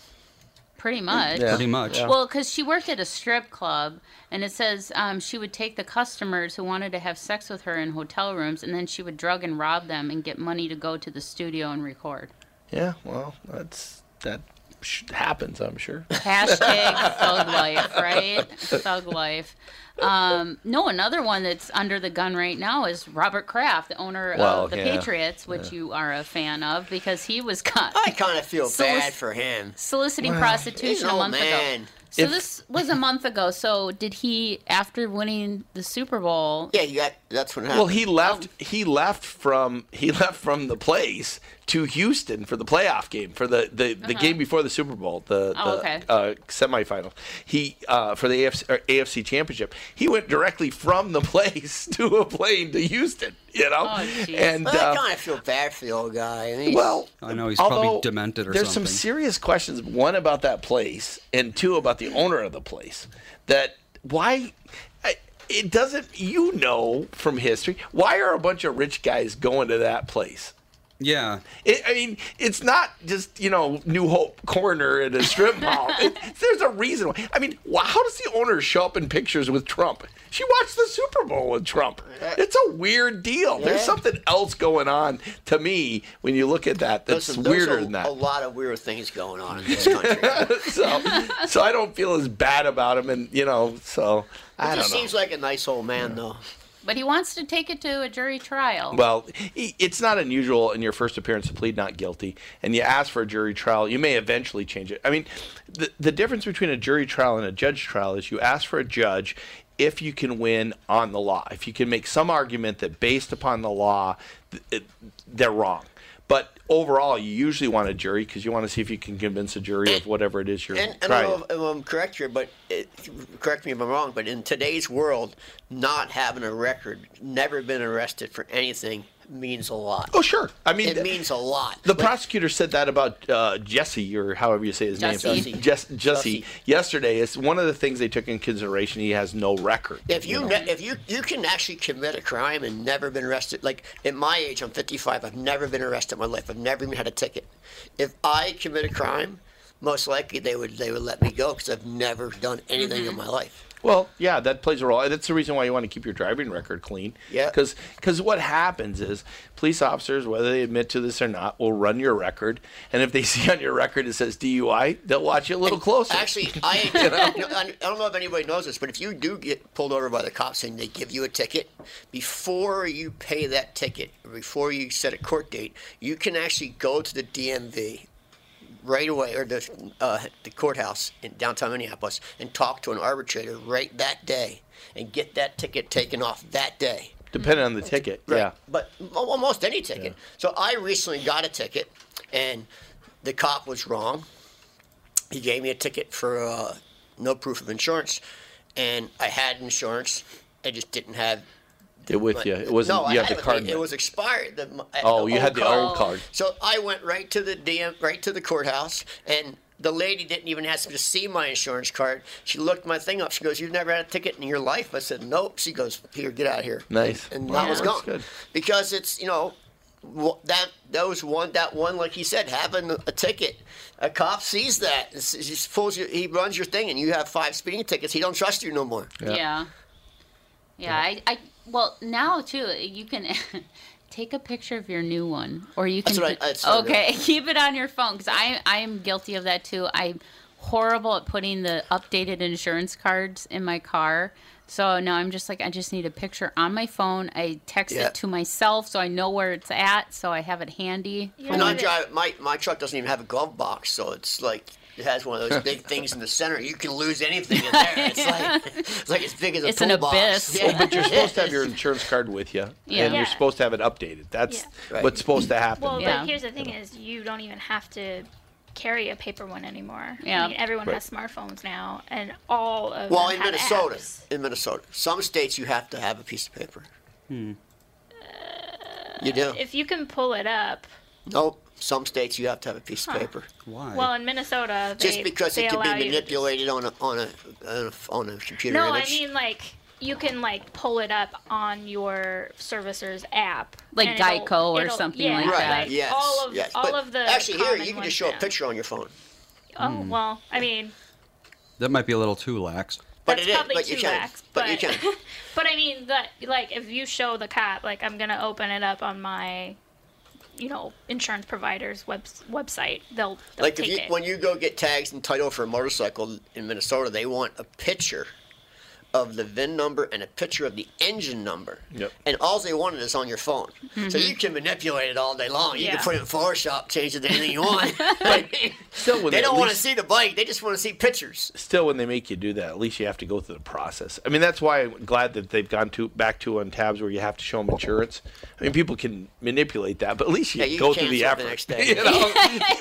Pretty much.
Yeah. Pretty much. Yeah.
Well, because she worked at a strip club, and it says um, she would take the customers who wanted to have sex with her in hotel rooms, and then she would drug and rob them and get money to go to the studio and record.
Yeah, well, that's that sh- happens, I'm sure.
*laughs*
Hashtag thug life, right? Thug life. Um, no, another one that's under the gun right now is Robert Kraft, the owner
Well,
of the
yeah.
Patriots, which you are a fan of because he was *laughs* caught.
I kind of feel
Solic-
bad for him.
soliciting
Well, he's
prostitution
an
a
old
month ago.
Oh, man.
So
If-
this was a month ago. So did he, after winning the Super Bowl?
Yeah, you got, that's what happened.
Well, he left. He left from he left from the place to Houston for the playoff game for the the, the
Uh-huh.
game before the Super Bowl, the,
Oh,
the,
okay.
uh, semifinal. He uh, for the AFC, or AFC Championship. He went directly from the *laughs* place to a plane to Houston. You know,
Oh,
and
Well, I
uh,
kind of feel bad for the old guy. I mean, he's-
well, although There's some
something.
serious questions. One about that place, and two about the owner of the place. That why I- it doesn't. You know from history, why are a bunch of rich guys going to that place?
Yeah.
It, I mean, it's not just you know New Hope Corner at a
*laughs*
strip mall. It- there's a reason. Why. I mean, wh- how does the owner show up in pictures with Trump? She watched the Super Bowl with Trump. It's a weird deal. There's
Yeah.
something else going on to me when you look at that. That's
listen, there's
weirder
a,
than that.
A lot of weird things going on in this country.
*laughs* so, so I don't feel as bad about him, and you know, so
he
I don't
just
know.
seems like a nice old man, though.
But he wants to take it to a jury trial.
Well, i- it's not unusual in your first appearance to plead not guilty, and you ask for a jury trial. You may eventually change it. I mean, the, the difference between a jury trial and a judge trial is you ask for a judge if you can win on the law, if you can make some argument that based upon the law, th- it- they're wrong. But overall, you usually want a jury because you want to see if you can convince a jury of whatever it is you're
And, and I
trying.
don't know if, if I'm correct here, but it, correct me if I'm wrong. But in today's world, not having a record, never been arrested for anything, means a lot.
Oh, sure. I mean,
it means a lot.
The prosecutor said that about uh, Jesse, or however you say his
Jussie.
name, Jess, Jesse. Yesterday, it's one of the things they took in consideration. He has no record.
If you
know.
ne- if you you can actually commit a crime and never been arrested, like at my age, I'm 55. I've never been arrested in my life. I've never even had a ticket. If I commit a crime, most likely they would they would let me go because I've never done anything
Mm-hmm.
in my life.
Well, yeah, that plays a role. That's the reason why you want to keep your driving record clean.
Yeah.
Because what happens is police officers, whether they admit to this or not, will run your record, and if they *laughs* see on your record it says DUI, they'll watch you a little closer.
Actually, I, no, I I don't know if anybody knows this, but if you do get pulled over by the cops and they give you a ticket, before you pay that ticket, before you set a court date, you can actually go to the DMV right away or the, uh, the courthouse in downtown Minneapolis and talk to an arbitrator right that day and get that ticket taken off that day.
depending on the ticket. Yeah.
But m- almost any ticket. So I recently got a ticket, and the cop was wrong. He gave me a ticket for uh, no proof of insurance, and I had insurance. I just didn't have.
It with
my-
you. It wasn't.
No, I
you have
had
the
it.
card.
It, was expired. The, my-
Oh, you had the old card.
So I went right to the DM, right to the courthouse, and the lady didn't even ask me to see my insurance card. She looked my thing up. She goes, "You've never had a ticket in your life." I said, "Nope." She goes, "Here, get out of here."
Nice.
And
Wow,
that was
that's
gone
good.
because it's you know wh- that those one that one like he said having a ticket. A cop sees that. It's- it's- He pulls you. He runs your thing, and you have five speeding tickets. He don't trust you no more.
Yeah. Yeah. I, I well now too you can *laughs* take a picture of your new one or you can
That's what I- I started.
okay *laughs* keep it on your phone because I I am guilty of that too. I'm horrible at putting the updated insurance cards in my car So now I'm just like, I just need a picture on my phone. I text
Yeah.
it to myself so I know where it's at, so I have it handy.
And I drive my my truck doesn't even have a glove box, so it's like it has one of those
*laughs*
big things in the center. You can lose anything in there. It's like
*laughs*
it's like as big as a
It's an
toolbox.
abyss.
Yeah.
Oh,
*laughs*
But you're supposed to have your insurance card with you,
Yeah.
and
Yeah.
you're supposed to have it updated. That's
Yeah. Right.
what's supposed to happen.
Well,
Yeah.
but here's the thing: is you don't even have to carry a paper one anymore.
Yeah.
I mean, everyone
Right.
has smartphones now, and all of
well,
them
in
have
Minnesota,
apps.
in Minnesota, some states you have to have a piece of paper.
Hmm.
You do.
Uh, If you can pull it up,
Nope. Some states you have to have a piece of paper.
Why?
well, in Minnesota, they,
Just because
they
it can
allow
be
you to just-
manipulated on a on a on a, on a computer
No, I
image.
mean like you can like pull it up on your servicer's app,
Like
and it'll-
Geico or
it'll-
something
yeah,
like
right.
that.
yes.
all of
yes.
all
but
of the
actually here
common
you can
ones
just show
now.
a picture on your phone.
Oh
Hmm.
well, I mean
That might be a little too lax.
But
that's
it is.
probably
but
too
you can.
lax,
but you
*laughs*
can.
But I mean, that like if you show the cop, like I'm gonna open it up on my, you know, insurance provider's web website. They'll, they'll
like if
take
you
it.
when you go get tags and title for a motorcycle in Minnesota, they want a picture of the VIN number and a picture of the engine number.
Yep.
And all they wanted is on your phone. So you can manipulate it all day long. You
Mm-hmm. Yeah.
can put it in Photoshop, change it to
*laughs*
anything you want. But
Still, when
they
they
don't
at
want to
least-
see the bike, they just want to see pictures.
still when they make you do that at least you have to go through the process i mean that's why i'm glad that they've gone to back to on tabs where you have to show them insurance i mean people can manipulate that but at least you,
Yeah, you
go
can
through the
cancel it the
effort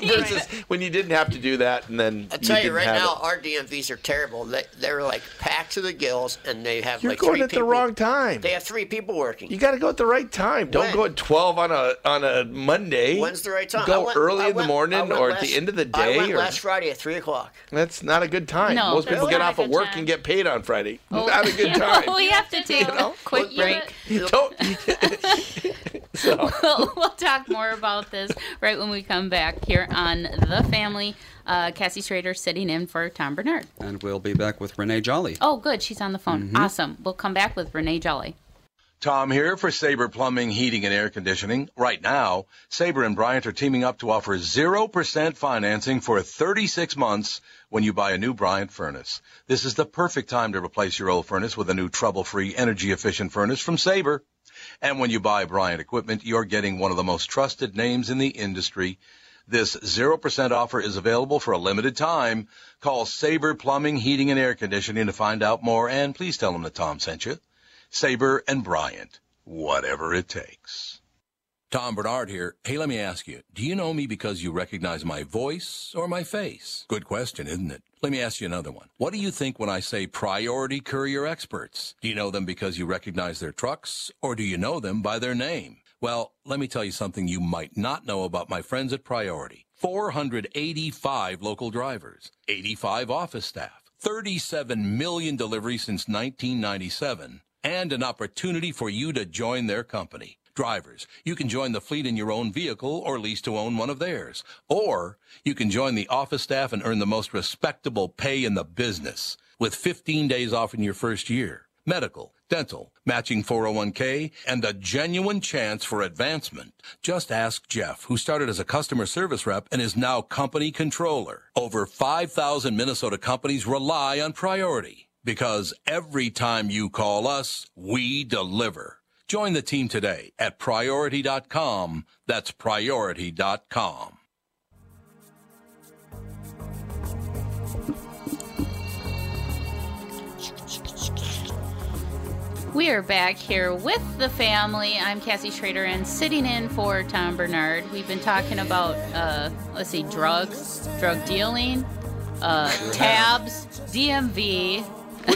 next day.
*laughs* you
*laughs*
know versus when you didn't have to do that and then
I tell you,
didn't
right
have
now, uh,
it.
our DMVs are terrible. They, they're like packed to the gills, and they have
you're
like
going
three
at
people.
the wrong time
They have three people working.
you got to go at the right time don't
When?
go at 12 on a on a monday
When's the right time? I
go
went-
early
I
in the
went- I
morning
went
or at
last-
the end of the
I
day
went
or
last Friday at three o'clock.
that's not a good time
No,
most
that's
people get
not a
off at
good
work
time.
and get paid on friday not a
*laughs*
good
Yeah,
time
we have
*laughs*
to take a quick
You-
break.
You don't-
*laughs* we'll, we'll talk more about this right when we come back here on The Family. Uh, Cassie Schrader sitting in for Tom Bernard.
And we'll be back with Renee Jolly.
Oh, good. She's on the phone.
Mm-hmm.
Awesome. We'll come back with Renee Jolly.
Tom here for Sabre Plumbing, Heating, and Air Conditioning. Right now, Sabre and Bryant are teaming up to offer 0% financing for 36 months when you buy a new Bryant furnace. This is the perfect time to replace your old furnace with a new trouble-free, energy-efficient furnace from Sabre. And when you buy Bryant equipment, you're getting one of the most trusted names in the industry. This 0% offer is available for a limited time. Call Sabre Plumbing, Heating, and Air Conditioning to find out more, and please tell them that Tom sent you. Saber and Bryant, whatever it takes.
Tom Bernard here. Hey, let me ask you, do you know me because you recognize my voice or my face? Good question, isn't it? Let me ask you another one. What do you think when I say priority courier experts? Do you know them because you recognize their trucks or do you know them by their name? Well, let me tell you something you might not know about my friends at Priority. 485 local drivers, 85 office staff, 37 million deliveries since 1997, and an opportunity for you to join their company. Drivers, you can join the fleet in your own vehicle or lease to own one of theirs. Or you can join the office staff and earn the most respectable pay in the business with 15 days off in your first year. Medical, dental, matching 401k, and a genuine chance for advancement. Just ask Jeff, who started as a customer service rep and is now company controller. Over 5,000 Minnesota companies rely on priority because every time you call us, we deliver. Join the team today at priority.com. That's priority.com.
We are back here with the family. I'm Cassie Schrader and sitting in for Tom Bernard. We've been talking about, uh, let's see, drugs, drug dealing, uh, tabs, DMV.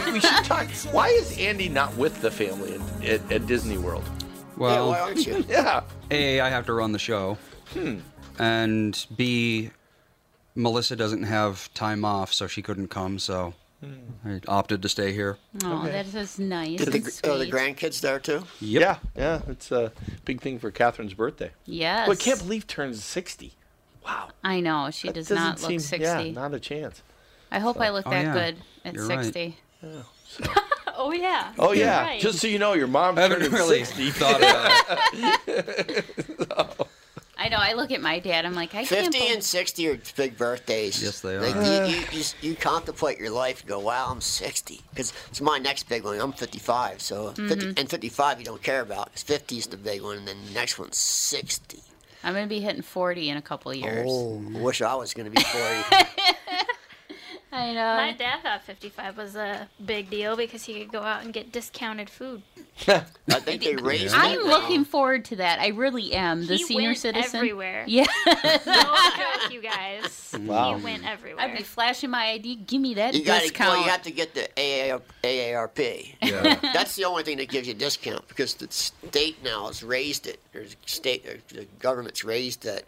we, we should talk. Why is Andy not with the family at, at, at Disney World?
Well,
Why aren't you?
Yeah.
A, I have to run the show. And B, Melissa doesn't have time off, so she couldn't come, so I opted to stay here.
Oh, that is nice. and
Did
oh,
the, are the
sweet.
grandkids there too?
Yep.
Yeah, yeah. It's a big thing for Catherine's birthday.
Yes.
Well, I can't believe turns 60. Wow.
I know. She
That
does
doesn't
not look
seem-
60.
Yeah, not a chance.
I hope I look
Oh,
that
yeah.
good at
You're right.
60. *laughs*
oh yeah.
Oh,
You're
yeah.
right.
Just so you know, your mom
I haven't
turned
really
60.
thought about it.
I know. I look at my dad. I'm like, I can't.
50
believe-
and 60 are big birthdays. Yes, they Like,
are.
*sighs*
you, you, you, s- you contemplate your life and go, wow, I'm 60. Because it's my next big one. I'm 55. So 50,
Mhm.
And 55 you don't care about 'cause 50 is the big one. And then the next one's 60.
I'm gonna be hitting 40 in a couple years.
Oh, I wish I was going to be 40.
I know.
My dad thought 55 was a big deal because he could go out and get
*laughs*
discounted food.
I think they raised me.
I'm looking forward to that. I really am. The
He
senior
went
citizen.
everywhere.
Yeah.
No joke, you guys.
Wow.
He went everywhere.
*laughs* I'd be flashing my ID. Give me that
You got to
discount.
well, you have to get the AAR, AARP.
Yeah.
That's the only thing that gives you a discount because the state now has raised it. Or state, or the government's raised that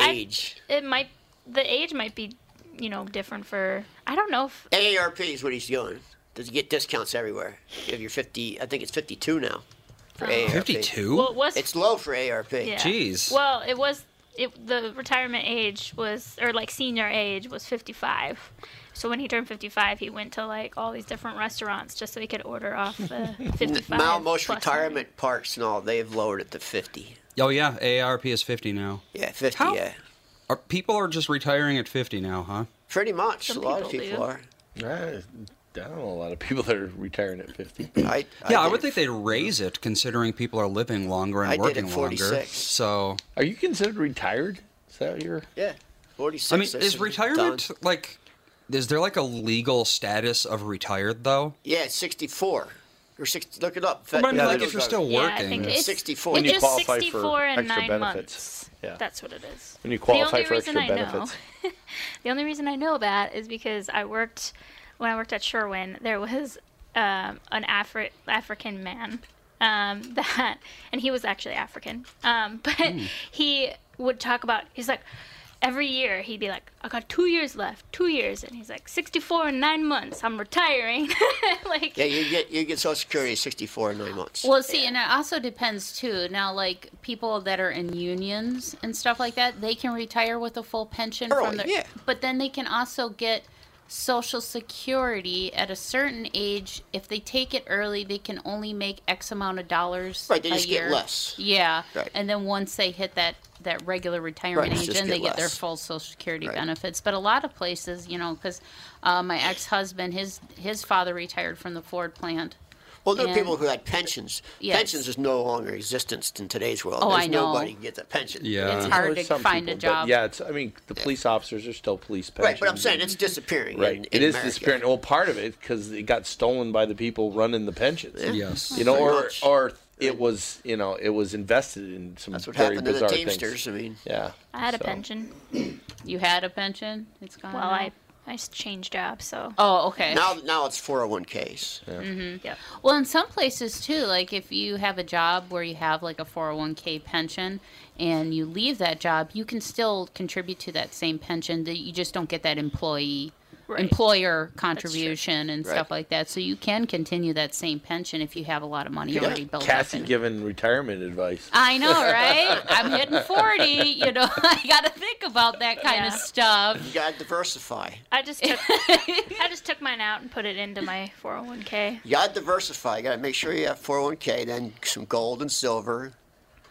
I-
age.
It might. The age might be, you know, different for. I don't know if
AARP is what he's doing. Does he get discounts everywhere? If you're 50, I think it's 52 now. For *laughs*
Oh.
AARP.
52?
Well, it was-
It's low for AARP.
Yeah. Well, it was it the retirement age was or like senior age was 55. So when he turned 55, he went to like all these different restaurants just so he could order
*laughs*
off the 55.
Now most
plus
retirement parks and all they've lowered it to 50.
Oh yeah, AARP is 50 now.
Yeah, 50. Yeah,
Are, people are just retiring at 50 now, huh?
pretty much.
Some
a lot of
people
people
do.
are.
I don't know a lot of people that are retiring at 50.
I,
yeah, I, would think they'd raise it considering people are living longer and
I did
working
at
longer.
46.
So,
are you considered retired? Is that your?
Yeah, 46.
I mean,
that's
is retirement
done.
like is there like a legal status of retired though?
Yeah, it's 64. Or 60, look it up.
Well, but I mean, like,
Federal
if you're still
government.
Yeah, I working, think
it's-
64.
it's When you just qualify for 64 and extra nine benefits.
Yeah.
That's what it is.
When you
the
qualify
only
for extra
reason I
benefits.
know, the only reason I know that is because I worked when I worked at Sherwin. There was um, an Afri- African man um, *laughs* that, and he was actually African, um, *laughs* but he would talk about. He's like. Every year he'd be like, "I got two years left, two years," and he's like, "64 and nine months. I'm retiring." *laughs* like,
Yeah, you get you get Social Security at 64 in nine months.
Well, see, and it also depends too. Now, like people that are in unions and stuff like that, they can retire with a full pension
Early,
from their.
yeah.
But then they can also get Social Security at a certain age. If they take it early, they can only make X amount of dollars.
Right, they
a
just get
year.
less.
Yeah.
Right.
And then once they hit that that regular retirement
Right,
age,
just
then they
get
get their
less.
full Social Security
Right.
benefits. But a lot of places, you know, because uh, my ex husband, his his father retired from the Ford plant.
Well, there are
And-
people who had pensions.
Yes.
Pensions is no longer existence in today's world.
Oh,
There's
I know.
nobody who gets a pension.
Yeah.
It's hard to
Some
find a
people, but
job.
yeah, it's. I mean, the police officers are still police pensions.
Right, but I'm saying it's disappearing.
Right,
in-
it
in
is
America.
disappearing. Well, part of it because it got stolen by the people running the pensions.
Yeah. Yes.
you know,
Pretty
or
much.
or it was you know it was invested in some
That's what
very
happened to the
bizarre
Teamsters,
things.
I mean.
yeah,
I had
So-
a pension.
You had a pension? It's gone.
Well, I
now?
I s- changed jobs, so.
Oh, okay.
Now, now it's 401ks.
Mhm.
Yep.
Well, in some places too, like if you have a job where you have like a 401k pension and you leave that job, you can still contribute to that same pension. That you just don't get that employee
Right.
employer contribution and
Right.
stuff like that. So you can continue that same pension if you have a lot of money already built up.
Kathy
in it.
giving retirement advice.
I know, right? I'm hitting 40. You know, *laughs* I got to think about that kind of stuff.
You got to diversify.
I just took I just took mine out and put it into my 401k.
You got to diversify. You got to make sure you have 401k, then some gold and silver,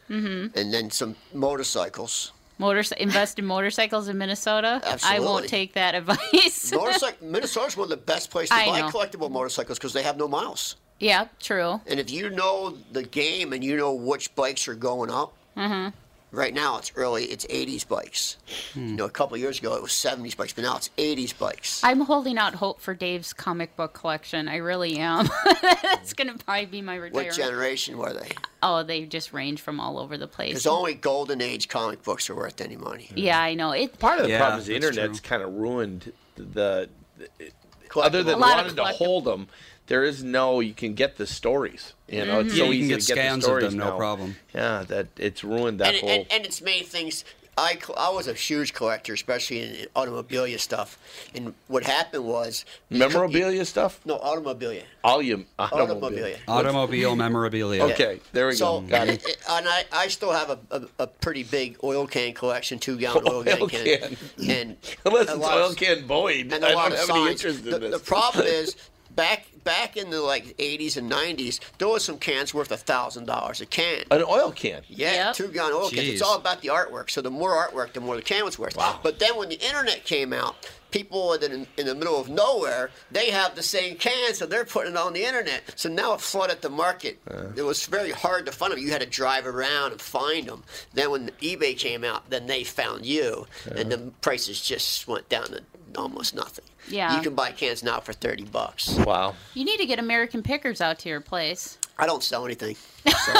Mm-hmm.
and then some motorcycles.
Motorci- invest in motorcycles in Minnesota. I
Absolutely.
won't take that *laughs* advice.
Motorcycle *laughs* Minnesota's one of the best places to
I
buy
know.
collectible motorcycles because they have no miles.
yeah, true.
And if you know the game and you know which bikes are going up,
Mm-hmm.
Right now, it's early. It's 80s bikes.
Hmm.
You know, a couple of years ago, it was 70s bikes, but now it's 80s bikes.
I'm holding out hope for Dave's comic book collection. I really am. *laughs* That's gonna probably be my
What
retirement.
generation were they?
oh, they just range from all over the place.
Because only golden age comic books are worth any money.
yeah, I know. It
Part of the problem is the internet's kind of ruined the. the it- other than
A lot of
wanting to
collectible-
hold them, there is no you can get the stories. You know,
Mm-hmm.
it's
Mhm.
so
Yeah, you can
easy
get
to get
scans of
the stories
them, no
now.
problem.
Yeah, that it's ruined that
and, it-
whole.
and, and it's made things. I, co- I was a huge collector, especially in automobilia stuff. And what happened was
memorabilia stuff.
no automobilia.
Automobile.
Automobilia.
Automobile memorabilia.
Okay, there we
So,
go.
and, it- and I, I still have a, a, a pretty big oil can collection, two gallon oil,
Oil
can. And
*laughs* *laughs* Unless
a
it's
lot of-
oil can Boyd,
and
I
a lot
don't
of
have any
signs.
interest in
the,
this.
the problem is back back in the like 80s and 90s, there was some cans worth a thousand dollars a can.
An oil can.
Yeah, two gallon oil cans. It's
Jeez.
all about the artwork. So the more artwork, the more the can was worth. But then when the internet came out, people in, in the middle of nowhere they have the same can, so they're putting it on the internet. So now it flooded the market. It was very hard to find them. You had to drive around and find them. Then when eBay came out, then they found you, and the prices just went down to almost nothing.
Yeah.
you can buy cans now for thirty bucks.
Wow.
You need to get American Pickers out to your place.
I don't sell anything. so.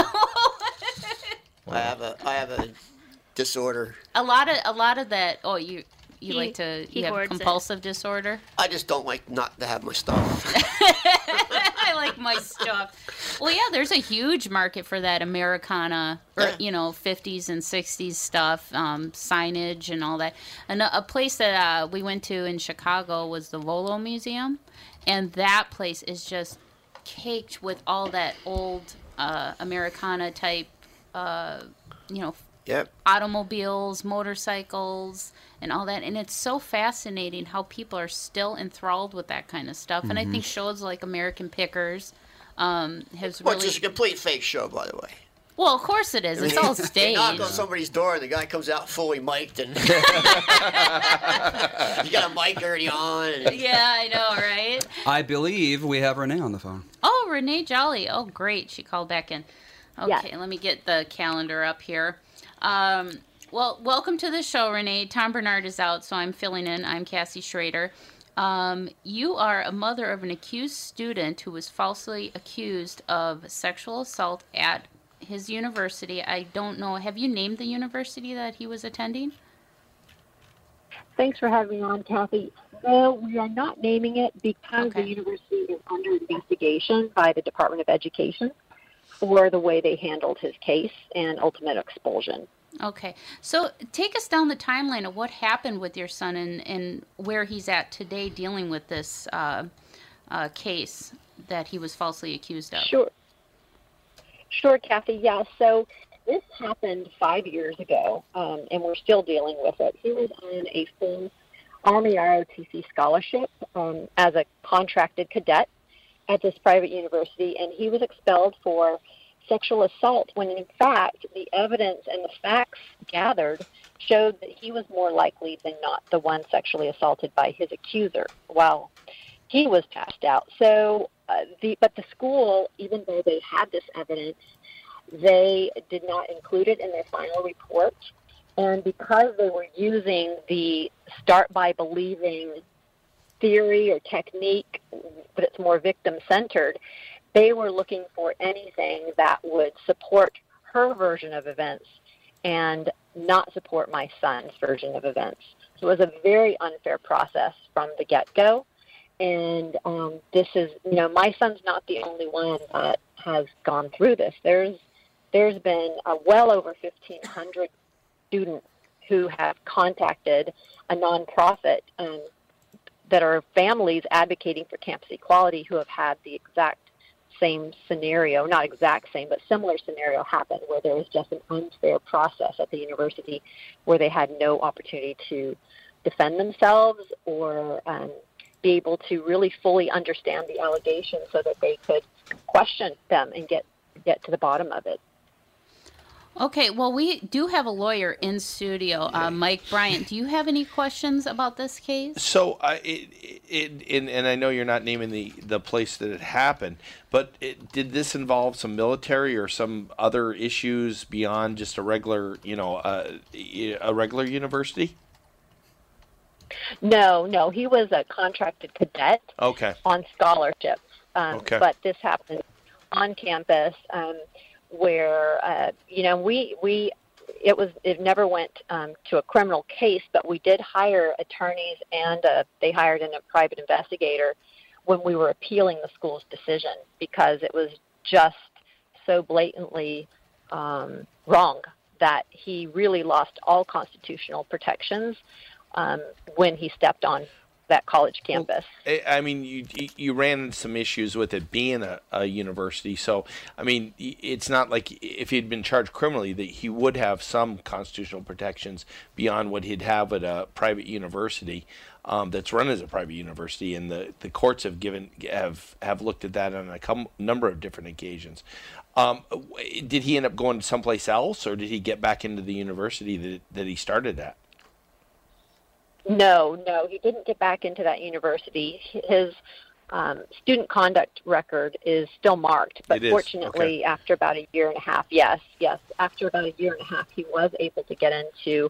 I have a I have a disorder.
A lot of a lot of that. Oh, you you
He-
like to
he
you have
hoards it.
compulsive disorder.
I just don't like not to have my stuff.
*laughs* I like my stuff. Well, yeah, there's a huge market for that Americana, or you know, 50s and 60s stuff, um, signage and all that. And a, a place that uh, we went to in Chicago was the Volo Museum, and that place is just caked with all that old uh, Americana type, uh, you know,
Yep.
automobiles, motorcycles, and all that. And it's so fascinating how people are still enthralled with that kind of stuff. And I
Mhm.
think shows like American Pickers um, has
Which
really.
is a complete fake show, by the way.
Well, of course it is. It's all
*laughs* They
staged.
knock on somebody's door and the guy comes out fully
*laughs*
mic'd and *laughs* you got a mic already
*laughs*
on. And...
yeah, I know, right?
I believe we have Renee on the phone.
Oh, Renee Jolly. Oh, great. She called back in.
Yeah.
Okay, let me get the calendar up here. Um, well, welcome to the show, Renee. Tom Bernard is out, so I'm filling in. I'm Cassie Schrader. Um, you are a mother of an accused student who was falsely accused of sexual assault at his university. I don't know. Have you named the university that he was attending?
Thanks for having me on, Kathy. No, we are not naming it because the university is under investigation by the Department of Education for the way they handled his case and ultimate expulsion.
Okay. So take us down the timeline of what happened with your son and, and where he's at today dealing with this uh, uh, case that he was falsely accused of.
Sure. Sure, Kathy. Yeah. So this happened five years ago, um, and we're still dealing with it. He was on a full Army ROTC scholarship um, as a contracted cadet at this private university, and he was expelled for sexual assault when, in fact, the evidence and the facts gathered showed that he was more likely than not the one sexually assaulted by his accuser while he was passed out. So, uh, the, but the school, even though they had this evidence, they did not include it in their final report. And because they were using the start by believing theory or technique, but it's more victim centered, they were looking for anything that would support her version of events and not support my son's version of events. So it was a very unfair process from the get go. And um, this is, you know, my son's not the only one that has gone through this. There's there's been uh, well over 1,500 students who have contacted a nonprofit um, that are families advocating for campus equality who have had the exact same scenario, not exact same, but similar scenario happen where there was just an unfair process at the university where they had no opportunity to defend themselves or um, be able to really fully understand the allegations so that they could question them and get, get to the bottom of it.
Okay. Well, we do have a lawyer in studio, uh, Mike Bryant. Do you have any questions about this case?
So I it, it and, and I know you're not naming the the place that it happened, but it, did this involve some military or some other issues beyond just a regular you know uh, y- a regular university?
No, no, he was a contracted cadet
Okay.
on scholarships. Um,
Okay.
But this happened on campus, um, where uh, you know we we it was it never went um, to a criminal case, but we did hire attorneys and uh they hired in a private investigator when we were appealing the school's decision because it was just so blatantly um, wrong that he really lost all constitutional protections um, when he stepped on that college campus.
I I mean, you you- you ran into some issues with it being a, a university. So, I mean, y- it's not like if he'd been charged criminally that he would have some constitutional protections beyond what he'd have at a private university um, that's run as a private university. And the, the courts have given have have looked at that on a com- number of different occasions. Um, w- did he end up going someplace else, or did he get back into the university that that he started at?
No, no, he didn't get back into that university. His um, student conduct record is still marked, but
It is,
fortunately,
okay.
after about a year and a half, yes, yes, after about a year and a half, he was able to get into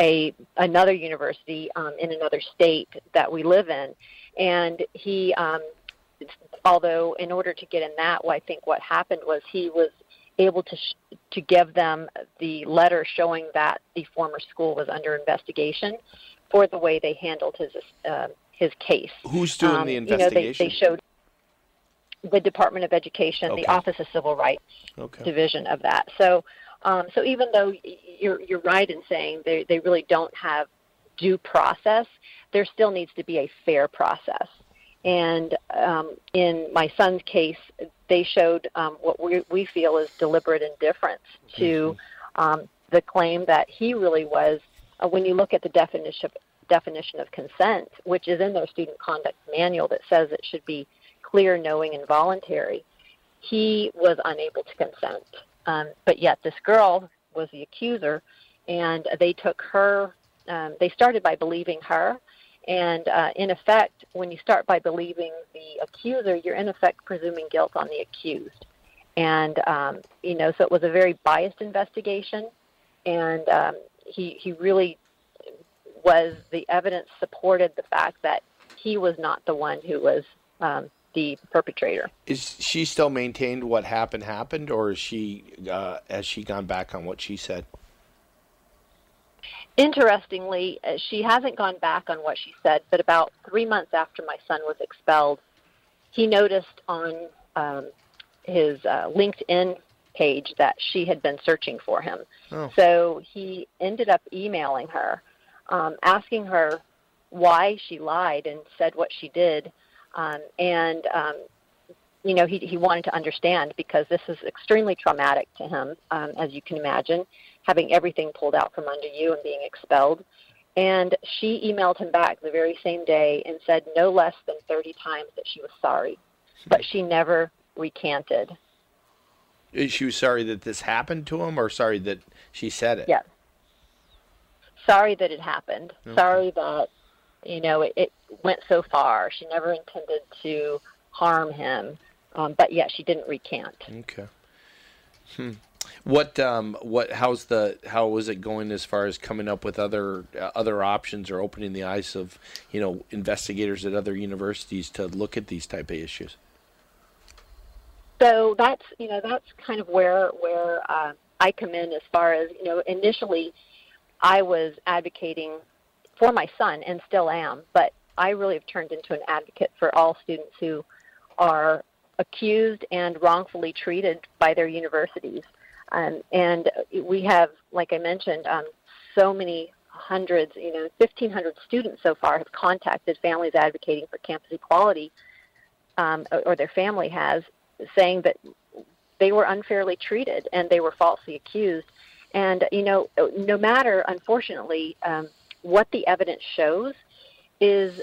a another university um, in another state that we live in, and he. Um, although in order to get in that, well, I think what happened was he was able to sh- to give them the letter showing that the former school was under investigation for the way they handled his uh, his case. Um,
Who's doing the investigation?
You know, they, they showed the Department of Education,
Okay.
the Office of Civil Rights
Okay.
division of that. So, um, so even though y- you're you're right in saying they they really don't have due process, there still needs to be a fair process. And um, in my son's case, they showed um, what we we feel is deliberate indifference to um, the claim that he really was. Uh, when you look at the definition definition of consent, which is in their student conduct manual that says it should be clear, knowing, and voluntary, he was unable to consent. Um, but yet, this girl was the accuser, and they took her. Um, they started by believing her, and uh, in effect, when you start by believing the accuser, you're in effect presuming guilt on the accused. And um, you know, so it was a very biased investigation, and um, he he really was the evidence supported the fact that he was not the one who was um, the perpetrator.
Is she still maintained what happened happened, or is she uh, has she gone back on what she said?
Interestingly, uh, she hasn't gone back on what she said, but about three months after my son was expelled, he noticed on um, his uh, LinkedIn page that she had been searching for him. So he ended up emailing her, um, asking her why she lied and said what she did. Um, and, um, you know, he, he wanted to understand because this is extremely traumatic to him, um, as you can imagine, having everything pulled out from under you and being expelled. And she emailed him back the very same day and said no less than 30 times that she was sorry, but she never recanted.
Is Uh, she sorry that this happened to him, or sorry that she said it?
Yes. Sorry that it happened.
Okay.
Sorry that, you know, it, it went so far. She never intended to harm him, um, but yet she didn't recant.
Okay. Hmm. What um what how's the how was it going as far as coming up with other uh, other options or opening the eyes of you know investigators at other universities to look at these type of issues?
So that's, you know, that's kind of where where uh, I come in as far as you know. Initially, I was advocating for my son and still am, but I really have turned into an advocate for all students who are accused and wrongfully treated by their universities. Um, and we have, like I mentioned, um, so many hundreds, you know, 1,500 students so far have contacted families advocating for campus equality, um, or- or their family has, saying that they were unfairly treated and they were falsely accused. And, you know, no matter, unfortunately, um, what the evidence shows is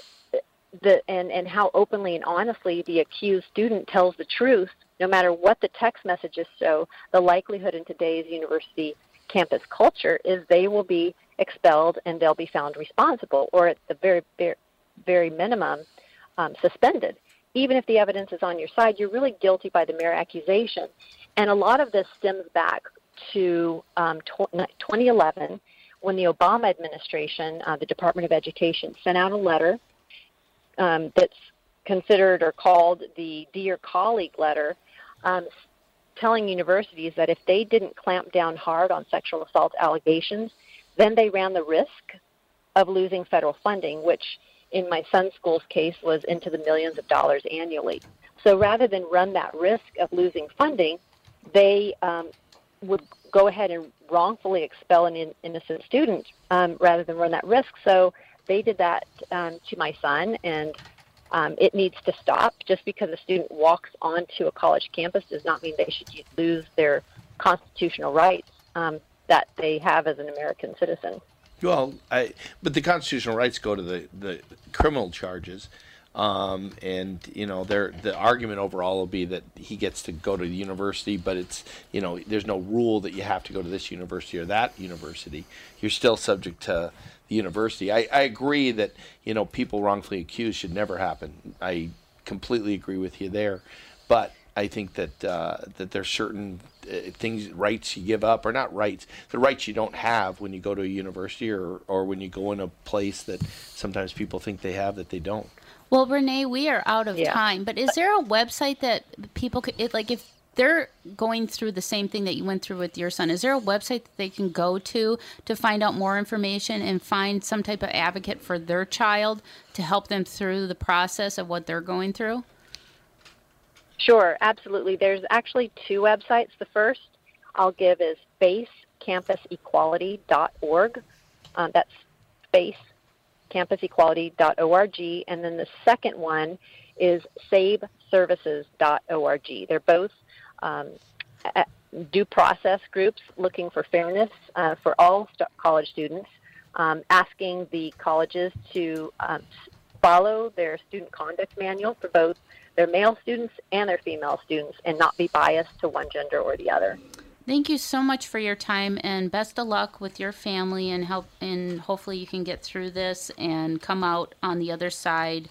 the, and, and how openly and honestly the accused student tells the truth, no matter what the text messages show, the likelihood in today's university campus culture is they will be expelled and they'll be found responsible, or at the very, very, very minimum, um, suspended. Even if the evidence is on your side, you're really guilty by the mere accusation. And a lot of this stems back to um, tw- 2011 when the Obama administration, uh, the Department of Education, sent out a letter um, that's considered or called the Dear Colleague letter, um, s- telling universities that if they didn't clamp down hard on sexual assault allegations, then they ran the risk of losing federal funding, which in my son's school's case was into the millions of dollars annually. So rather than run that risk of losing funding, they um, would go ahead and wrongfully expel an in- innocent student um, rather than run that risk. So they did that um, to my son, and um, it needs to stop. Just because a student walks onto a college campus does not mean they should lose their constitutional rights um, that they have as an American citizen.
Well, I, but the constitutional rights go to the, the criminal charges. Um, and you know, there the argument overall will be that he gets to go to the university, but it's you know, there's no rule that you have to go to this university or that university. You're still subject to the university. I, I agree that you know people wrongfully accused should never happen. I completely agree with you there, but I think that uh, that there's certain uh, things rights you give up or not rights the rights you don't have when you go to a university or or when you go in a place that sometimes people think they have that they don't.
Well, Renee, we are out of time, but is there a website that people could, it, like, if they're going through the same thing that you went through with your son, is there a website that they can go to to find out more information and find some type of advocate for their child to help them through the process of what they're going through?
Sure, absolutely. There's actually two websites. The first I'll give is spacecampusequality.org. Um, that's space campusequality.org, and then the second one is saveservices.org. They're both um, a- due process groups looking for fairness uh, for all st- college students, um, asking the colleges to um, s- follow their student conduct manual for both their male students and their female students and not be biased to one gender or the other.
Thank you so much for your time and best of luck with your family and help and hopefully you can get through this and come out on the other side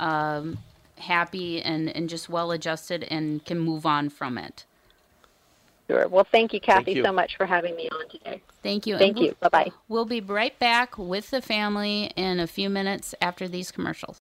um, happy and, and just well adjusted and can move on from it.
Sure. Well, thank you, Kathy,
you.
so much for having me on today.
Thank you.
Thank
And
you. Bye bye.
We'll be right back with the family in a few minutes after these commercials.